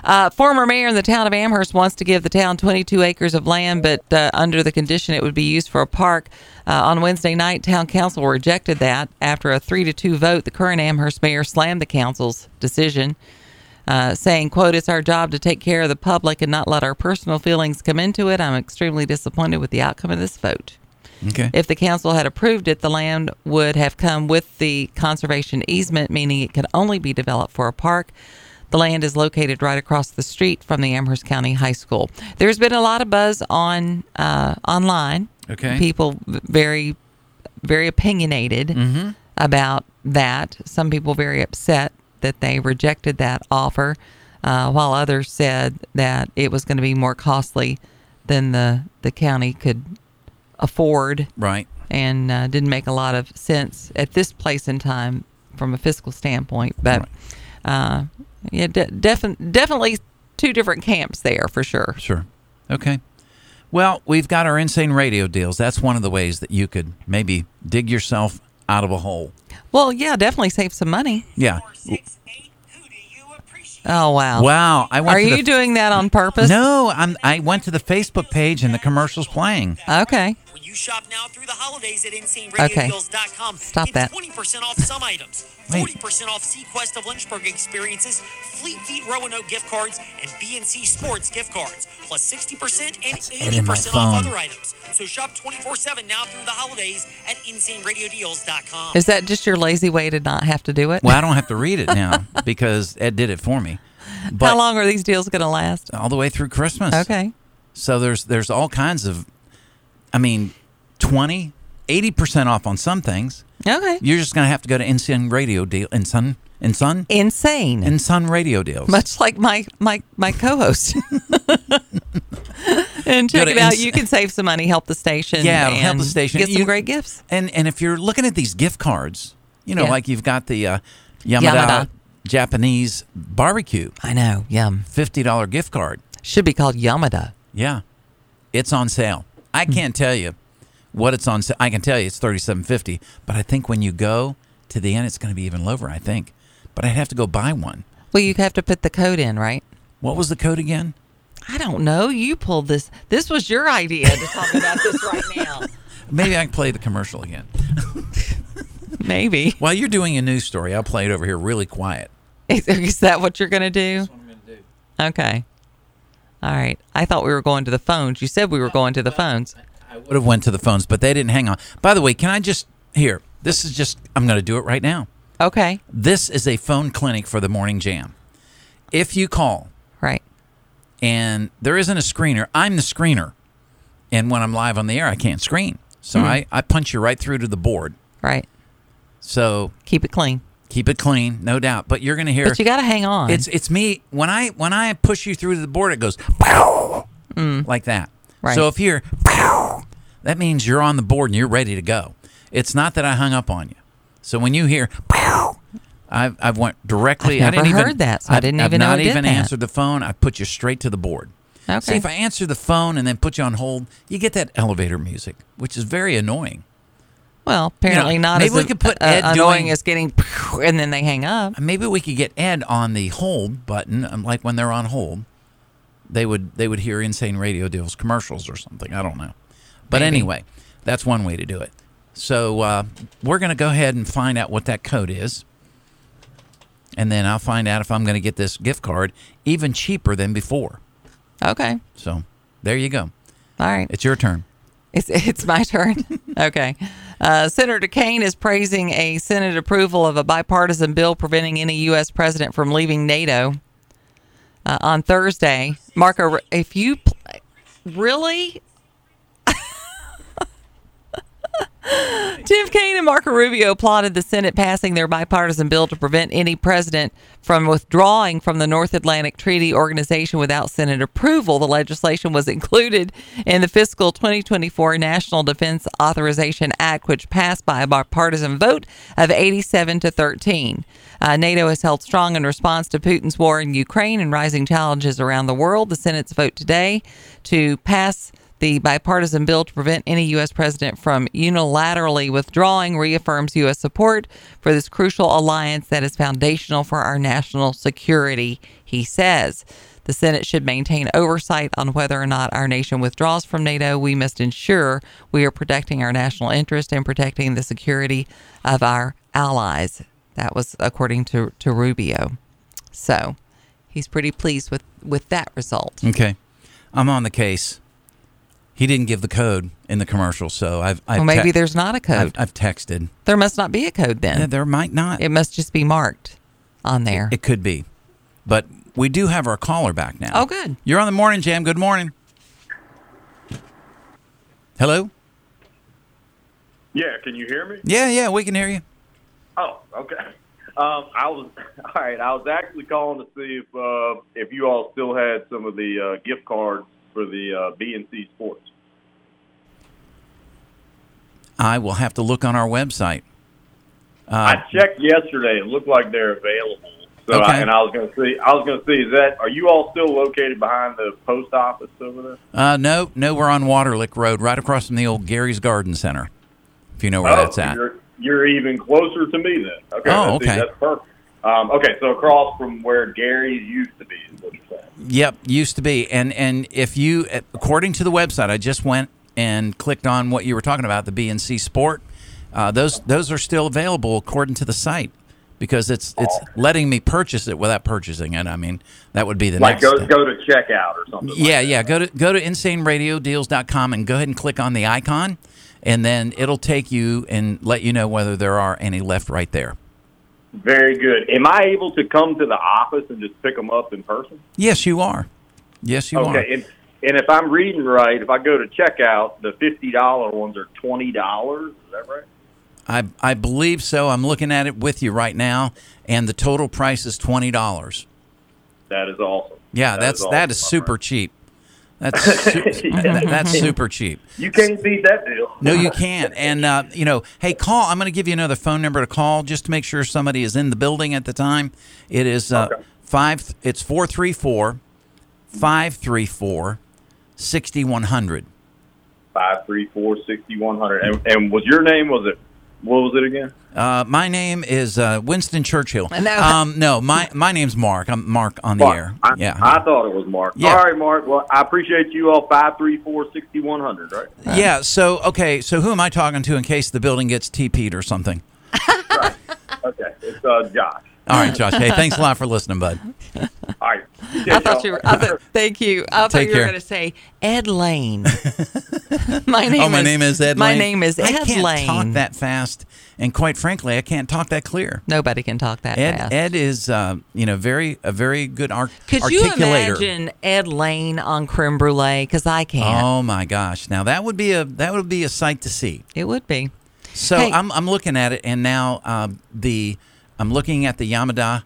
[SPEAKER 1] Uh, former mayor in the town of Amherst wants to give the town 22 acres of land, but uh, under the condition it would be used for a park. Uh, on Wednesday night, town council rejected that. After a three to two vote, the current Amherst mayor slammed the council's decision, uh, saying, "quote It's our job to take care of the public and not let our personal feelings come into it. I'm extremely disappointed with the outcome of this vote."
[SPEAKER 2] Okay.
[SPEAKER 1] If the council had approved it, the land would have come with the conservation easement, meaning it could only be developed for a park. The land is located right across the street from the Amherst County High School. There's been a lot of buzz on uh, online.
[SPEAKER 2] Okay. Mm-hmm.
[SPEAKER 1] people v- very, very opinionated about that. Some people very upset that they rejected that offer, uh, while others said that it was going to be more costly than the, the county could afford
[SPEAKER 2] Right.
[SPEAKER 1] and uh, didn't make a lot of sense at this place in time from a fiscal standpoint. But uh, yeah, de- defin- definitely two different camps there for sure.
[SPEAKER 2] Sure. Okay. Well, we've got our insane radio deals. That's one of the ways that you could maybe dig yourself out of a hole.
[SPEAKER 1] Well, yeah, definitely save some money.
[SPEAKER 2] Yeah.
[SPEAKER 1] Oh wow,
[SPEAKER 2] Wow. I went
[SPEAKER 1] Are
[SPEAKER 2] to
[SPEAKER 1] you
[SPEAKER 2] the,
[SPEAKER 1] doing that on purpose?
[SPEAKER 2] No, I'm I went to the Facebook page and the commercials playing.
[SPEAKER 1] Okay.
[SPEAKER 7] When you shop now through the holidays at
[SPEAKER 1] Okay.
[SPEAKER 7] InsaneRadioDeals.com,
[SPEAKER 1] Stop
[SPEAKER 7] get
[SPEAKER 1] that.
[SPEAKER 7] 20% off some items,
[SPEAKER 2] Wait.
[SPEAKER 7] 40% off Sequest of Lynchburg experiences, Fleet Feet Roanoke gift cards, and BNC Sports gift cards, plus 60% and
[SPEAKER 2] it in my
[SPEAKER 7] 80%
[SPEAKER 2] phone.
[SPEAKER 7] off other items. So shop 24 7 now through the holidays at InsaneRadioDeals.com.
[SPEAKER 1] Is that just your lazy way to not have to do it?
[SPEAKER 2] Well, I don't have to read it
[SPEAKER 1] <laughs>
[SPEAKER 2] now because Ed did it for me. But
[SPEAKER 1] How long are these deals going to last?
[SPEAKER 2] all the way through Christmas.
[SPEAKER 1] Okay.
[SPEAKER 2] So there's there's all kinds of I mean 20 80% off on some things.
[SPEAKER 1] Okay.
[SPEAKER 2] You're just going to have to go to Insane Radio Deal and Sun and Sun
[SPEAKER 1] Insane.
[SPEAKER 2] and Sun Radio Deals.
[SPEAKER 1] much like my my my co-host. <laughs> and
[SPEAKER 2] Go
[SPEAKER 1] check
[SPEAKER 2] to
[SPEAKER 1] it out.
[SPEAKER 2] ins-
[SPEAKER 1] You can save some money, help the station.
[SPEAKER 2] Yeah, it'll help
[SPEAKER 1] and
[SPEAKER 2] the station.
[SPEAKER 1] Get some
[SPEAKER 2] You-
[SPEAKER 1] great gifts.
[SPEAKER 2] And and if you're looking at these gift cards, you know,
[SPEAKER 1] Yeah.
[SPEAKER 2] like you've got the uh, Yamada,
[SPEAKER 1] Yamada.
[SPEAKER 2] Japanese barbecue
[SPEAKER 1] I know. Yum.
[SPEAKER 2] fifty dollar gift card.
[SPEAKER 1] Should be called Yamada.
[SPEAKER 2] Yeah, it's on sale. I can't tell you what it's on sale. I can tell you it's thirty seven fifty, but I think when you go to the end, it's going to be even lower. I think, but I'd have to go buy one.
[SPEAKER 1] Well, you have to put the code in, right?
[SPEAKER 2] What was the code again?
[SPEAKER 1] I don't know. You pulled this. This was your idea to talk about this right now.
[SPEAKER 2] Maybe I can play the commercial again.
[SPEAKER 1] <laughs> Maybe.
[SPEAKER 2] While you're doing a news story, I'll play it over here really quiet.
[SPEAKER 1] <laughs> Is, is that what you're going to do? That's what I'm going to do. Okay. All right. I thought we were going to the phones. You said we were going to the phones.
[SPEAKER 2] I would have went to the phones, but they didn't hang on. By the way, can I just here? This is just I'm going to do it right now.
[SPEAKER 1] Okay.
[SPEAKER 2] This is a phone clinic for the morning jam. If you call
[SPEAKER 1] Right.
[SPEAKER 2] and there isn't a screener, I'm the screener. And when I'm live on the air, I can't screen. So
[SPEAKER 1] Hmm.
[SPEAKER 2] I, I punch you right through to the board.
[SPEAKER 1] Right.
[SPEAKER 2] So
[SPEAKER 1] Keep it clean.
[SPEAKER 2] keep it clean, no doubt. But you're going to hear
[SPEAKER 1] But you got to hang on.
[SPEAKER 2] it's it's me when I when I push you through to the board, it goes "Pow!" like that.
[SPEAKER 1] Hmm. Right.
[SPEAKER 2] So if you're "Pow," that means you're on the board and you're ready to go. It's not that I hung up on you. So when you hear "Pow," I've I've went directly.
[SPEAKER 1] I've
[SPEAKER 2] I didn't
[SPEAKER 1] never
[SPEAKER 2] even,
[SPEAKER 1] heard that, so I
[SPEAKER 2] I've-
[SPEAKER 1] didn't
[SPEAKER 2] I've
[SPEAKER 1] even know
[SPEAKER 2] not
[SPEAKER 1] it did
[SPEAKER 2] even
[SPEAKER 1] that.
[SPEAKER 2] answered the phone. I put you straight to the board.
[SPEAKER 1] Okay.
[SPEAKER 2] See if I answer the phone and then put you on hold, you get that elevator music, which is very annoying.
[SPEAKER 1] well, apparently
[SPEAKER 2] you know,
[SPEAKER 1] not
[SPEAKER 2] maybe
[SPEAKER 1] as
[SPEAKER 2] we
[SPEAKER 1] an-
[SPEAKER 2] could put
[SPEAKER 1] uh,
[SPEAKER 2] Ed
[SPEAKER 1] annoying
[SPEAKER 2] doing-
[SPEAKER 1] as getting, <laughs> and then they hang up.
[SPEAKER 2] Maybe we could get Ed on the hold button, um, like when they're on hold, they would they would hear insane radio deals commercials or something. I don't know, but anyway, that's one way to do it. So uh, we're gonna go ahead and find out what that code is, and then I'll find out if I'm gonna get this gift card even cheaper than before.
[SPEAKER 1] Okay.
[SPEAKER 2] So there you go.
[SPEAKER 1] All right.
[SPEAKER 2] It's your turn.
[SPEAKER 1] It's, it's my turn. <laughs> okay. Uh, Senator Kane is praising a Senate approval of a bipartisan bill preventing any U.S. president from leaving NATO uh, on Thursday. Marco, if you pl- really. Tim Kaine and Marco Rubio applauded the Senate passing their bipartisan bill to prevent any president from withdrawing from the North Atlantic Treaty Organization without Senate approval. The legislation was included in the fiscal 2024 National Defense Authorization Act, which passed by a bipartisan vote of 87 to 13. Uh, NATO has held strong in response to Putin's war in Ukraine and rising challenges around the world. The Senate's vote today to pass the bipartisan bill to prevent any U.S. president from unilaterally withdrawing reaffirms U.S. support for this crucial alliance that is foundational for our national security, he says. The Senate should maintain oversight on whether or not our nation withdraws from NATO. We must ensure we are protecting our national interest and protecting the security of our allies. That was according to, to Rubio. So he's pretty pleased with, with that result.
[SPEAKER 2] Okay, I'm on the case. He didn't give the code in the commercial, so I've, I've
[SPEAKER 1] Well, maybe
[SPEAKER 2] te-
[SPEAKER 1] there's not a code.
[SPEAKER 2] I've, I've texted.
[SPEAKER 1] There must not be a code then.
[SPEAKER 2] Yeah, there might not.
[SPEAKER 1] it must just be marked on
[SPEAKER 2] <laughs>
[SPEAKER 1] there.
[SPEAKER 2] It could be. But we do have our caller back now.
[SPEAKER 1] Oh, good.
[SPEAKER 2] You're on the morning jam. Good morning. Hello?
[SPEAKER 8] Yeah, can you hear me?
[SPEAKER 2] Yeah, yeah, we can hear you.
[SPEAKER 8] Oh, okay. Um, I was <laughs> all right. I was actually calling to see if uh, if you all still had some of the uh, gift cards for the uh, BNC Sports.
[SPEAKER 2] I will have to look on our website. Uh,
[SPEAKER 8] I checked yesterday. It looked like they're available. So
[SPEAKER 2] Okay.
[SPEAKER 8] I, and I was going to see. I was going to see. Is that are you all still located behind the post office over there?
[SPEAKER 2] Uh, no, no, we're on Waterlick Road, right across from the old Gary's Garden Center. If you know where that's at.
[SPEAKER 8] Oh, You're, you're even closer to me then. Okay.
[SPEAKER 2] Oh,
[SPEAKER 8] that's-
[SPEAKER 2] okay.
[SPEAKER 8] That's perfect. Um, okay, so across from where Gary's used to be is what you're saying.
[SPEAKER 2] Yep, used to be. And and if you, according to the website, I just went and clicked on what you were talking about, the BNC Sport. Uh, those those are still available according to the site because it's it's letting me purchase it without purchasing it. I mean, that would be the
[SPEAKER 8] Like
[SPEAKER 2] next.
[SPEAKER 8] go
[SPEAKER 2] step.
[SPEAKER 8] go to checkout or something. like
[SPEAKER 2] Yeah,
[SPEAKER 8] that.
[SPEAKER 2] yeah. Go to go to insaneradiodeals.com and go ahead and click on the icon, and then it'll take you and let you know whether there are any left right there.
[SPEAKER 8] Very good. Am I able to come to the office and just pick them up in person?
[SPEAKER 2] Yes, you are. Yes, you
[SPEAKER 8] Okay. And, and if I'm reading right, if I go to checkout, the fifty dollar ones are twenty dollars. Is that right?
[SPEAKER 2] are. I I believe so. I'm looking at it with you right now, and the total price is twenty dollars.
[SPEAKER 8] That is awesome.
[SPEAKER 2] Yeah,
[SPEAKER 8] That
[SPEAKER 2] that's
[SPEAKER 8] awesome,
[SPEAKER 2] that is
[SPEAKER 8] my
[SPEAKER 2] super
[SPEAKER 8] friend.
[SPEAKER 2] cheap.
[SPEAKER 8] <laughs>
[SPEAKER 2] That's su- that- that's super cheap.
[SPEAKER 8] You can't beat that deal.
[SPEAKER 2] No, you can't. And uh, you know, hey, call. I'm going to give you another phone number to call just to make sure somebody is in the building at the time. It is uh, five. It's four three four, five three four, sixty one hundred.
[SPEAKER 8] <laughs> Five three four sixty one hundred. And, and was your name? Was it? What was it again?
[SPEAKER 2] Uh, my name is uh, Winston Churchill.
[SPEAKER 1] No.
[SPEAKER 2] um, no, my my name's Mark. I'm Mark on the
[SPEAKER 8] Mark.
[SPEAKER 2] air.
[SPEAKER 8] I,
[SPEAKER 2] yeah,
[SPEAKER 8] I thought it was Mark.
[SPEAKER 2] Yeah.
[SPEAKER 8] All right, Mark. Well, I appreciate you all. Five three four sixty one hundred. Right.
[SPEAKER 2] yeah. So okay, so who am I talking to in case the building gets TP'd or something?
[SPEAKER 8] Okay. It's uh, Josh.
[SPEAKER 2] All right, Josh. Hey, thanks a lot for listening,
[SPEAKER 1] <laughs>
[SPEAKER 2] bud.
[SPEAKER 8] All right.
[SPEAKER 1] I thought you were. I thought, thank you. I thought
[SPEAKER 2] Take
[SPEAKER 1] you were
[SPEAKER 2] care.
[SPEAKER 1] going to say Ed
[SPEAKER 2] <laughs>
[SPEAKER 1] Lane. my name.
[SPEAKER 2] oh, my name is Ed.
[SPEAKER 1] My
[SPEAKER 2] Lane.
[SPEAKER 1] name is Ed
[SPEAKER 2] I can't
[SPEAKER 1] Lane.
[SPEAKER 2] talk that fast, and quite frankly, I can't talk that clear.
[SPEAKER 1] Nobody can talk that
[SPEAKER 2] Ed,
[SPEAKER 1] fast.
[SPEAKER 2] Ed is, uh, you know, very a very good art-
[SPEAKER 1] Could you
[SPEAKER 2] articulator.
[SPEAKER 1] imagine Ed Lane on creme brulee? Because I can't.
[SPEAKER 2] Oh my gosh! Now that would be a that would be a sight to see.
[SPEAKER 1] It would be.
[SPEAKER 2] So
[SPEAKER 1] Hey.
[SPEAKER 2] I'm I'm looking at it, and now um, the I'm looking at the Yamada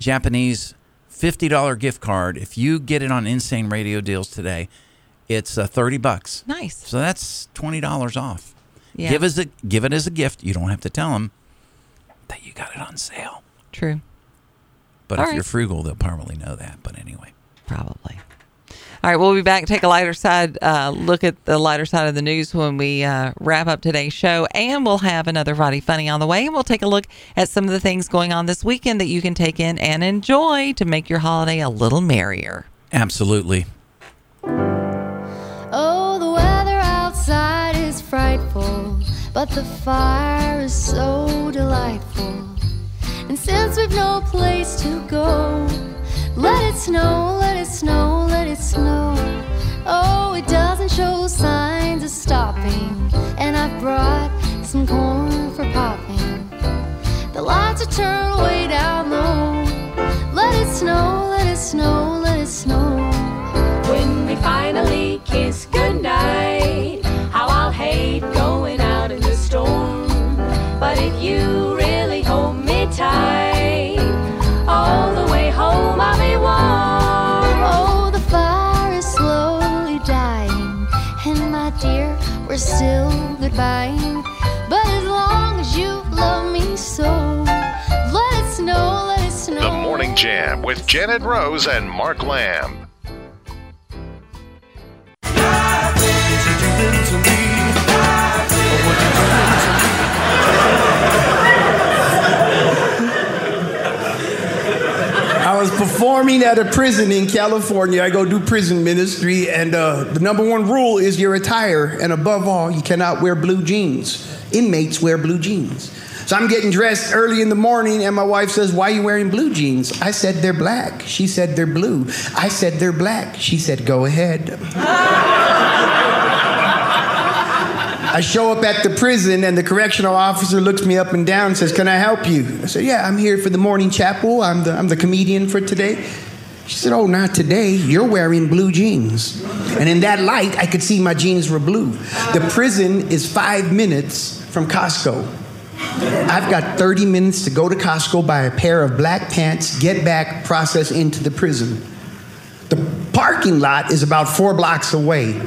[SPEAKER 2] Japanese fifty dollar gift card. If you get it on Insane Radio Deals today, it's uh, thirty bucks.
[SPEAKER 1] Nice.
[SPEAKER 2] So that's twenty dollars off.
[SPEAKER 1] Yeah.
[SPEAKER 2] Give us a give it as a gift. You don't have to tell them that you got it on sale.
[SPEAKER 1] True.
[SPEAKER 2] But
[SPEAKER 1] All
[SPEAKER 2] if
[SPEAKER 1] right.
[SPEAKER 2] you're frugal, they'll probably know that. But anyway.
[SPEAKER 1] Probably. All right, we'll be back. Take a lighter side uh, look at the lighter side of the news when we uh, wrap up today's show, and we'll have another Roddy Funny on the way, and we'll take a look at some of the things going on this weekend that you can take in and enjoy to make your holiday a little merrier.
[SPEAKER 2] Absolutely.
[SPEAKER 9] Oh, the weather outside is frightful, but the fire is so delightful. And since we've no place to go, let it snow, let it snow, let it snow. Oh, it doesn't show signs of stopping, and I've brought some corn for popping. The lights are turned way down low. Let it snow, let it snow, let it snow.
[SPEAKER 10] When we finally kiss goodnight, how I'll hate going out in the storm. But if you really hold me tight, all the way home I'll be warm.
[SPEAKER 9] Oh, the fire is slowly dying, and my dear, we're still goodbying. But as long as you love me so, let it snow, let it snow.
[SPEAKER 5] The Morning Jam with Janet Rose and Mark Lamb.
[SPEAKER 6] I was performing at a prison in California. I go do prison ministry, and uh, the number one rule is your attire. And above all, you cannot wear blue jeans. Inmates wear blue jeans. So I'm getting dressed early in the morning, and my wife says, Why are you wearing blue jeans? I said, They're black. She said, They're blue. I said, They're black. She said, Go ahead. I show up at the prison, and the correctional officer looks me up and down and says, Can I help you? I said, Yeah, I'm here for the morning chapel. I'm the, I'm the comedian for today. She said, Oh, not today. You're wearing blue jeans. And in that light, I could see my jeans were blue. The prison is five minutes from Costco. I've got 30 minutes to go to Costco, buy a pair of black pants, get back, process into the prison. The parking lot is about four blocks away.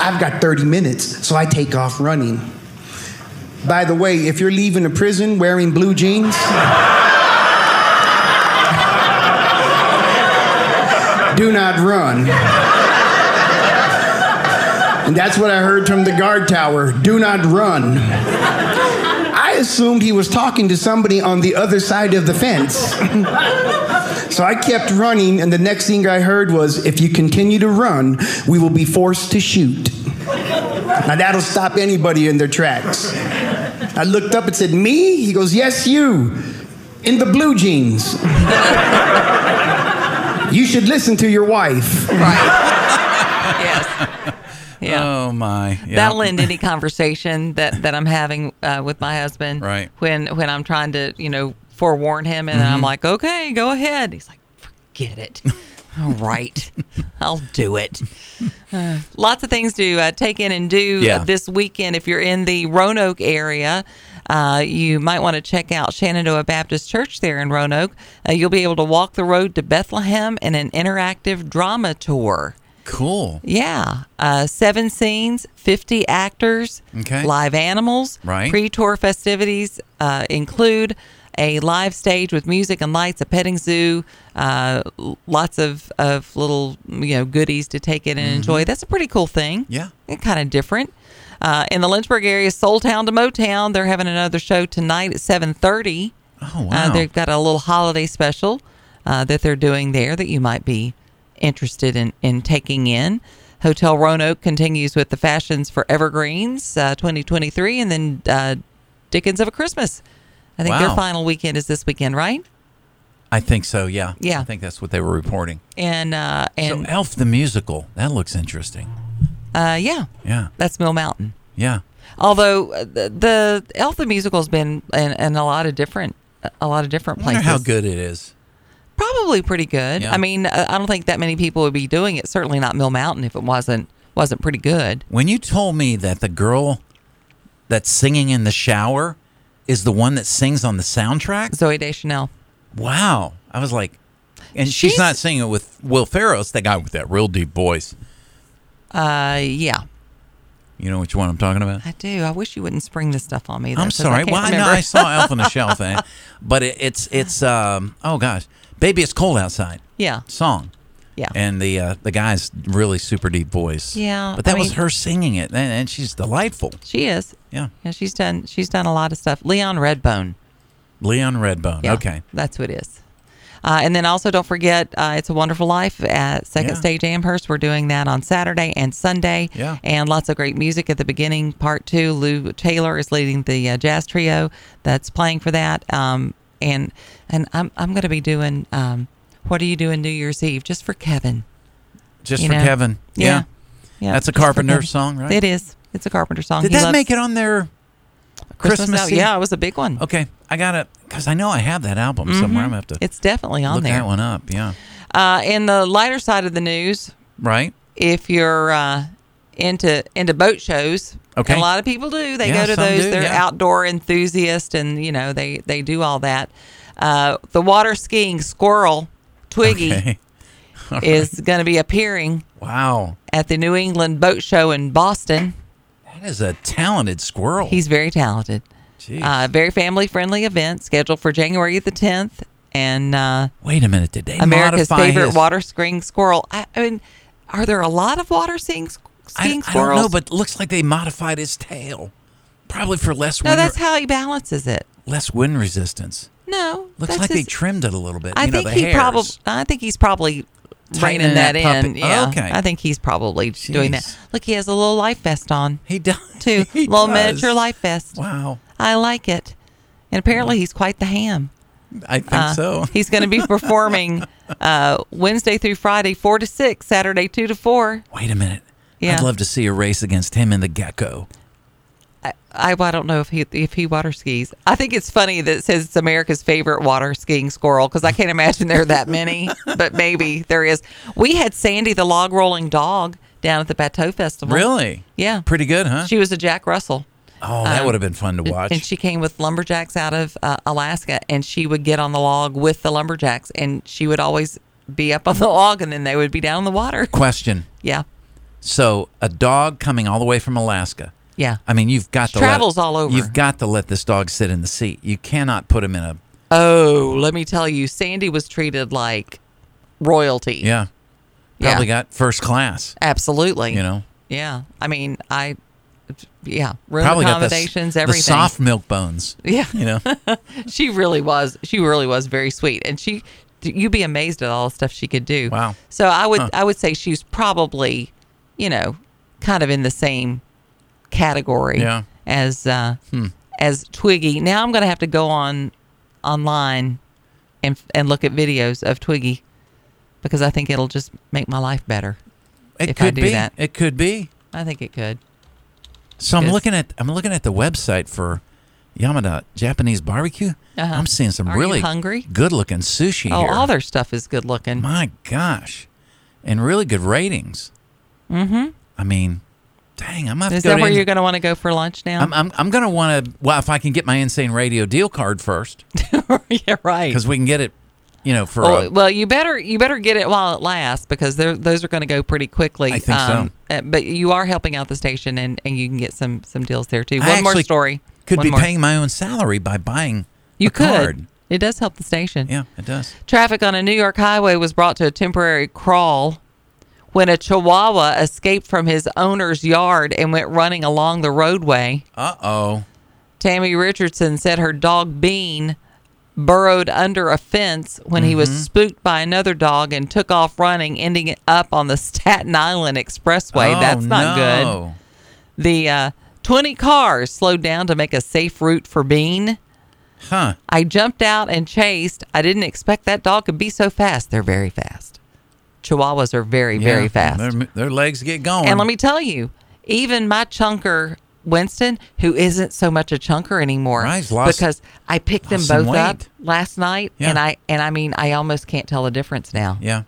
[SPEAKER 6] I've got 30 minutes, so I take off running. By the way, if you're leaving a prison wearing blue jeans, do not run. And that's what I heard from the guard tower do not run. I assumed he was talking to somebody on the other side of the fence. so I kept running, and the next thing I heard was if you continue to run, we will be forced to shoot. Now that'll stop anybody in their tracks. I looked up and said, Me? He goes, Yes, you. In the blue jeans. <laughs> you should listen to your wife.
[SPEAKER 1] <laughs> Yeah.
[SPEAKER 2] Oh my. Yeah.
[SPEAKER 1] That'll end any conversation that, that I'm having uh, with my husband.
[SPEAKER 2] Right. Mm-hmm.
[SPEAKER 1] When when I'm trying to you know forewarn him, and I'm like, okay, go ahead. He's like, forget
[SPEAKER 2] <laughs>
[SPEAKER 1] it. All right, I'll do it. Uh, lots of things to uh, take in and do uh,
[SPEAKER 2] Yeah.
[SPEAKER 1] this weekend. If you're in the Roanoke area, uh, you might want to check out Shenandoah Baptist Church there in Roanoke. Uh, you'll be able to walk the road to Bethlehem in an interactive drama tour.
[SPEAKER 2] Cool.
[SPEAKER 1] Yeah. Uh, seven scenes, 50 actors,
[SPEAKER 2] Okay.
[SPEAKER 1] live animals.
[SPEAKER 2] Right.
[SPEAKER 1] Pre tour festivities uh, include a live stage with music and lights, a petting zoo, uh, l- lots of, of little you know goodies to take in and enjoy. That's a pretty cool thing.
[SPEAKER 2] Mm-hmm. Yeah.
[SPEAKER 1] Kind of different. Uh, in the Lynchburg area, Soul Town to Motown, they're having another show tonight at 730.
[SPEAKER 2] Oh
[SPEAKER 1] Uh,
[SPEAKER 2] wow.
[SPEAKER 1] they've got a little holiday special uh, that they're doing there that you might be interested in, in taking in. Hotel Roanoke continues with the Fashions for Evergreens uh, 2023 and then uh, Dickens of a Christmas. I think their
[SPEAKER 2] Wow.
[SPEAKER 1] final weekend is this weekend, right?
[SPEAKER 2] I think so. Yeah.
[SPEAKER 1] Yeah.
[SPEAKER 2] I think that's what they were reporting.
[SPEAKER 1] And uh,
[SPEAKER 2] So
[SPEAKER 1] and
[SPEAKER 2] Elf the musical. That looks interesting.
[SPEAKER 1] uh, yeah,
[SPEAKER 2] Yeah.
[SPEAKER 1] that's Mill Mountain.
[SPEAKER 2] Yeah.
[SPEAKER 1] Although uh, the, the Elf the musical has been in, in a lot of different a lot of different
[SPEAKER 2] I wonder
[SPEAKER 1] places.
[SPEAKER 2] how good it is.
[SPEAKER 1] Probably pretty good.
[SPEAKER 2] Yeah.
[SPEAKER 1] I mean, uh, I don't think that many people would be doing it. Certainly not Mill Mountain if it wasn't wasn't pretty good.
[SPEAKER 2] When you told me that the girl that's singing in the shower is the one that sings on the soundtrack,
[SPEAKER 1] Zoe Deschanel.
[SPEAKER 2] wow. I was like, and she's,
[SPEAKER 1] She's-
[SPEAKER 2] not singing it with Will Ferrell. It's that guy with that real deep voice.
[SPEAKER 1] Uh, yeah,
[SPEAKER 2] You know which one I'm talking about?
[SPEAKER 1] I do. I wish you wouldn't spring this stuff on me. though,
[SPEAKER 2] I'm
[SPEAKER 1] 'cause
[SPEAKER 2] sorry.
[SPEAKER 1] I can't
[SPEAKER 2] Well, I know
[SPEAKER 1] remember.
[SPEAKER 2] I
[SPEAKER 1] <laughs>
[SPEAKER 2] saw Elf on the Shelf, eh? but it, it's it's um oh gosh, baby, it's cold outside.
[SPEAKER 1] Yeah.
[SPEAKER 2] Song.
[SPEAKER 1] Yeah.
[SPEAKER 2] And the uh, the guy's really super deep voice.
[SPEAKER 1] Yeah,
[SPEAKER 2] But that
[SPEAKER 1] I
[SPEAKER 2] was
[SPEAKER 1] mean-
[SPEAKER 2] her singing it, and, and she's delightful.
[SPEAKER 1] she is.
[SPEAKER 2] Yeah.
[SPEAKER 1] Yeah, she's done. She's done a lot of stuff. Leon Redbone.
[SPEAKER 2] Leon Redbone.
[SPEAKER 1] Yeah,
[SPEAKER 2] Okay.
[SPEAKER 1] that's who it is. Uh, and then also don't forget, uh, it's a Wonderful Life at Second
[SPEAKER 2] Yeah.
[SPEAKER 1] Stage Amherst. We're doing that on Saturday and Sunday.
[SPEAKER 2] Yeah.
[SPEAKER 1] And lots of great music at the beginning. Part two, Lou Taylor is leading the uh, jazz trio that's playing for that. Um, and and I'm I'm going to be doing. Um, what are you doing New Year's Eve just for Kevin?
[SPEAKER 2] Just
[SPEAKER 1] you
[SPEAKER 2] for
[SPEAKER 1] know?
[SPEAKER 2] Kevin.
[SPEAKER 1] Yeah. Yeah,
[SPEAKER 2] That's a
[SPEAKER 1] just for
[SPEAKER 2] Carpenter
[SPEAKER 1] Kevin.
[SPEAKER 2] song, right?
[SPEAKER 1] It is. It's a Carpenter song.
[SPEAKER 2] Did
[SPEAKER 1] He
[SPEAKER 2] that
[SPEAKER 1] loves
[SPEAKER 2] make it on their
[SPEAKER 1] Christmas?
[SPEAKER 2] Christmas?
[SPEAKER 1] out? Yeah, it was a big one.
[SPEAKER 2] Okay. I got to, because I know I have that album somewhere. I'm going to have to
[SPEAKER 1] Mm-hmm. It's definitely on
[SPEAKER 2] look
[SPEAKER 1] there.
[SPEAKER 2] that one up. Yeah.
[SPEAKER 1] Uh, in the lighter side of the news,
[SPEAKER 2] Right?
[SPEAKER 1] if you're uh, into into boat shows.
[SPEAKER 2] Okay.
[SPEAKER 1] And a lot of people do. They go
[SPEAKER 2] Yeah,
[SPEAKER 1] to
[SPEAKER 2] some
[SPEAKER 1] those.
[SPEAKER 2] do,
[SPEAKER 1] They're
[SPEAKER 2] yeah.
[SPEAKER 1] outdoor enthusiasts, and you know they they do all that. Uh, the water skiing squirrel Twiggy
[SPEAKER 2] Okay. <laughs>
[SPEAKER 1] is going to be appearing
[SPEAKER 2] Wow.
[SPEAKER 1] at the New England Boat Show in Boston.
[SPEAKER 2] That is a talented squirrel.
[SPEAKER 1] He's very talented.
[SPEAKER 2] Jeez.
[SPEAKER 1] Uh, very family friendly event scheduled for January the 10th, and uh,
[SPEAKER 2] Wait a minute. Did they
[SPEAKER 1] America's
[SPEAKER 2] modify
[SPEAKER 1] favorite
[SPEAKER 2] his-
[SPEAKER 1] water skiing squirrel. I, I mean, are there a lot of water skiing,
[SPEAKER 2] I,
[SPEAKER 1] skiing
[SPEAKER 2] I don't
[SPEAKER 1] squirrels?
[SPEAKER 2] know, but it looks like they modified his tail, probably for less
[SPEAKER 1] no,
[SPEAKER 2] wind,
[SPEAKER 1] that's how he balances it.
[SPEAKER 2] less wind resistance.
[SPEAKER 1] No,
[SPEAKER 2] Looks
[SPEAKER 1] that's
[SPEAKER 2] like they
[SPEAKER 1] his-
[SPEAKER 2] trimmed it a little bit.
[SPEAKER 1] I
[SPEAKER 2] you
[SPEAKER 1] think
[SPEAKER 2] know, the
[SPEAKER 1] he
[SPEAKER 2] hairs.
[SPEAKER 1] probably. I think he's probably
[SPEAKER 2] Tightening
[SPEAKER 1] reining that,
[SPEAKER 2] that
[SPEAKER 1] in.
[SPEAKER 2] puppy. Oh,
[SPEAKER 1] Yeah,
[SPEAKER 2] okay.
[SPEAKER 1] I think he's probably doing that.
[SPEAKER 2] Jeez.
[SPEAKER 1] Look, he has a little life vest
[SPEAKER 2] <laughs>
[SPEAKER 1] on
[SPEAKER 2] He does
[SPEAKER 1] too.
[SPEAKER 2] He
[SPEAKER 1] little
[SPEAKER 2] does.
[SPEAKER 1] miniature life vest.
[SPEAKER 2] Wow,
[SPEAKER 1] I like it, and apparently he's quite the ham.
[SPEAKER 2] I think
[SPEAKER 1] Uh,
[SPEAKER 2] so.
[SPEAKER 1] He's going to be
[SPEAKER 2] <laughs>
[SPEAKER 1] performing uh, Wednesday through Friday, four to six. Saturday, two to four.
[SPEAKER 2] Wait a minute.
[SPEAKER 1] Yeah.
[SPEAKER 2] I'd love to see a race against him and the gecko.
[SPEAKER 1] I, I don't know if he if he water skis. I think it's funny that it says it's America's favorite water skiing squirrel because I can't imagine there are that
[SPEAKER 2] <laughs>
[SPEAKER 1] many, but maybe there is. We had Sandy the log rolling dog down at the Bateau Festival.
[SPEAKER 2] Really?
[SPEAKER 1] Yeah.
[SPEAKER 2] Pretty good, huh?
[SPEAKER 1] She was a Jack Russell.
[SPEAKER 2] Oh, that
[SPEAKER 1] Um,
[SPEAKER 2] would have been fun to watch.
[SPEAKER 1] And she came with lumberjacks out of uh, Alaska, and she would get on the log with the lumberjacks, and she would always be up on the <laughs> log, and then they would be down in the water.
[SPEAKER 2] Question.
[SPEAKER 1] Yeah,
[SPEAKER 2] So a dog coming all the way from Alaska.
[SPEAKER 1] yeah.
[SPEAKER 2] I mean, you've got to
[SPEAKER 1] travels
[SPEAKER 2] let,
[SPEAKER 1] all over.
[SPEAKER 2] You've got to let this dog sit in the seat. You cannot put him in a
[SPEAKER 1] Oh, let me tell you, Sandy was treated like royalty.
[SPEAKER 2] yeah.
[SPEAKER 1] Yeah.
[SPEAKER 2] Probably got first class.
[SPEAKER 1] absolutely.
[SPEAKER 2] You know,
[SPEAKER 1] Yeah, I mean, I, yeah, room
[SPEAKER 2] probably got the s-
[SPEAKER 1] accommodations,
[SPEAKER 2] the,
[SPEAKER 1] everything.
[SPEAKER 2] soft milk bones.
[SPEAKER 1] Yeah.
[SPEAKER 2] You know,
[SPEAKER 1] <laughs> she really was she really was very sweet and she you'd be amazed at all the stuff she could do
[SPEAKER 2] Wow.
[SPEAKER 1] so i would
[SPEAKER 2] Huh.
[SPEAKER 1] i would say she's probably you know kind of in the same category
[SPEAKER 2] Yeah. Hmm.
[SPEAKER 1] as uh as twiggy now i'm gonna have to go on online and and look at videos of twiggy because i think it'll just make my life better
[SPEAKER 2] it
[SPEAKER 1] If I
[SPEAKER 2] could
[SPEAKER 1] do
[SPEAKER 2] be.
[SPEAKER 1] that.
[SPEAKER 2] It could be.
[SPEAKER 1] i think it could
[SPEAKER 2] So I'm
[SPEAKER 1] Yes.
[SPEAKER 2] looking at I'm looking at the website for Yamada Japanese barbecue.
[SPEAKER 1] Uh-huh.
[SPEAKER 2] I'm seeing some
[SPEAKER 1] Are you
[SPEAKER 2] really
[SPEAKER 1] hungry?
[SPEAKER 2] good looking sushi
[SPEAKER 1] oh
[SPEAKER 2] here.
[SPEAKER 1] all their stuff is good looking
[SPEAKER 2] My gosh, and really good ratings. Mm-hmm. I mean, dang, I'm gonna have
[SPEAKER 1] is
[SPEAKER 2] to go
[SPEAKER 1] that
[SPEAKER 2] to
[SPEAKER 1] where
[SPEAKER 2] Ind-
[SPEAKER 1] you're gonna want to go for lunch now <laughs>
[SPEAKER 2] I'm <laughs> I'm, I'm gonna want to. Well, if I can get my insane radio deal
[SPEAKER 1] <laughs>
[SPEAKER 2] card first,
[SPEAKER 1] yeah right
[SPEAKER 2] because we can get it, you know, for
[SPEAKER 1] Oh,
[SPEAKER 2] a-
[SPEAKER 1] well, you better you better get it while it lasts because they're- those are going to go pretty quickly.
[SPEAKER 2] I think so.
[SPEAKER 1] uh, But you are helping out the station, and, and you can get some some deals there too.
[SPEAKER 2] I
[SPEAKER 1] One more
[SPEAKER 2] actually
[SPEAKER 1] story.
[SPEAKER 2] Could
[SPEAKER 1] One
[SPEAKER 2] be
[SPEAKER 1] more.
[SPEAKER 2] paying my own salary by buying
[SPEAKER 1] You
[SPEAKER 2] a
[SPEAKER 1] could.
[SPEAKER 2] card.
[SPEAKER 1] It does help the station.
[SPEAKER 2] Yeah, it does.
[SPEAKER 1] Traffic on a New York highway was brought to a temporary crawl when a Chihuahua escaped from his owner's yard and went running along the roadway.
[SPEAKER 2] Uh oh.
[SPEAKER 1] Tammy Richardson said her dog Bean burrowed under a fence when he
[SPEAKER 2] Mm-hmm.
[SPEAKER 1] was spooked by another dog and took off running, ending up on the Staten Island Expressway. That's not
[SPEAKER 2] Oh, no.
[SPEAKER 1] good. The uh, 20 cars slowed down to make a safe route for Bean.
[SPEAKER 2] good. Huh?
[SPEAKER 1] I jumped out and chased. I didn't expect that dog could be so fast. They're very fast. Chihuahuas are very, very
[SPEAKER 2] Yeah,
[SPEAKER 1] fast.
[SPEAKER 2] Their, their legs get going.
[SPEAKER 1] And let me tell you, even my chunker Winston, who isn't so much a chunker anymore,
[SPEAKER 2] Right, he's lost-
[SPEAKER 1] because I picked them
[SPEAKER 2] lost some
[SPEAKER 1] both up
[SPEAKER 2] weight.
[SPEAKER 1] last night,
[SPEAKER 2] Yeah.
[SPEAKER 1] and I and I mean, I almost can't tell the difference now.
[SPEAKER 2] Yeah.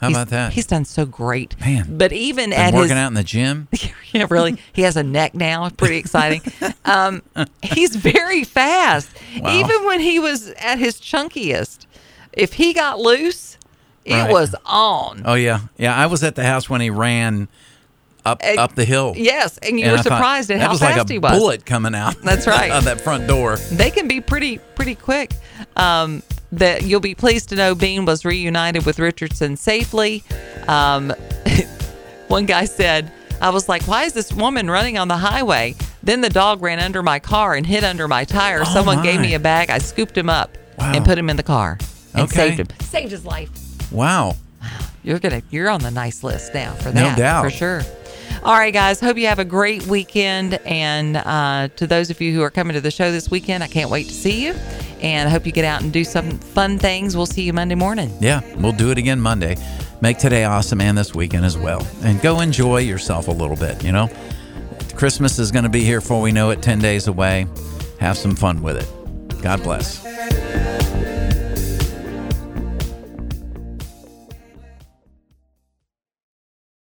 [SPEAKER 2] How
[SPEAKER 1] He's-
[SPEAKER 2] about that?
[SPEAKER 1] He's done so great,
[SPEAKER 2] Man.
[SPEAKER 1] But even
[SPEAKER 2] Been
[SPEAKER 1] at
[SPEAKER 2] working
[SPEAKER 1] his,
[SPEAKER 2] out in the gym.
[SPEAKER 1] <laughs> yeah, really, he has a neck now. Pretty
[SPEAKER 2] <laughs>
[SPEAKER 1] exciting. um, he's very fast.
[SPEAKER 2] Wow.
[SPEAKER 1] Even when he was at his chunkiest, if he got loose, it
[SPEAKER 2] Right.
[SPEAKER 1] was on.
[SPEAKER 2] Oh yeah, yeah. I was at the house when he ran up
[SPEAKER 1] Uh,
[SPEAKER 2] up the hill.
[SPEAKER 1] Yes, and you
[SPEAKER 2] And
[SPEAKER 1] were
[SPEAKER 2] I thought,
[SPEAKER 1] surprised at
[SPEAKER 2] that
[SPEAKER 1] how
[SPEAKER 2] was
[SPEAKER 1] fast
[SPEAKER 2] like a
[SPEAKER 1] he was.
[SPEAKER 2] Bullet coming out.
[SPEAKER 1] <laughs> That's right.
[SPEAKER 2] <laughs> of that front door.
[SPEAKER 1] they can be pretty pretty quick. Um, that you'll be pleased to know Bean was reunited with Richardson safely. Um, <laughs> one guy said, "I was like, why is this woman running on the highway?" Then the dog ran under my car and hid under my tire.
[SPEAKER 2] Oh,
[SPEAKER 1] Someone
[SPEAKER 2] my.
[SPEAKER 1] gave me a bag. I scooped him up
[SPEAKER 2] Wow.
[SPEAKER 1] and put him in the car and
[SPEAKER 2] Okay.
[SPEAKER 1] saved him. Saved his life.
[SPEAKER 2] Wow.
[SPEAKER 1] You're gonna you're on the nice list now for
[SPEAKER 2] No
[SPEAKER 1] that.
[SPEAKER 2] doubt.
[SPEAKER 1] For sure. All right, guys. Hope you have a great weekend. And uh, to those of you who are coming to the show this weekend, I can't wait to see you. And I hope you get out and do some fun things. We'll see you Monday morning.
[SPEAKER 2] Yeah, we'll do it again Monday. Make today awesome and this weekend as well. And go enjoy yourself a little bit, you know? Christmas is going to be here before we know it, 10 days away. Have some fun with it. God bless.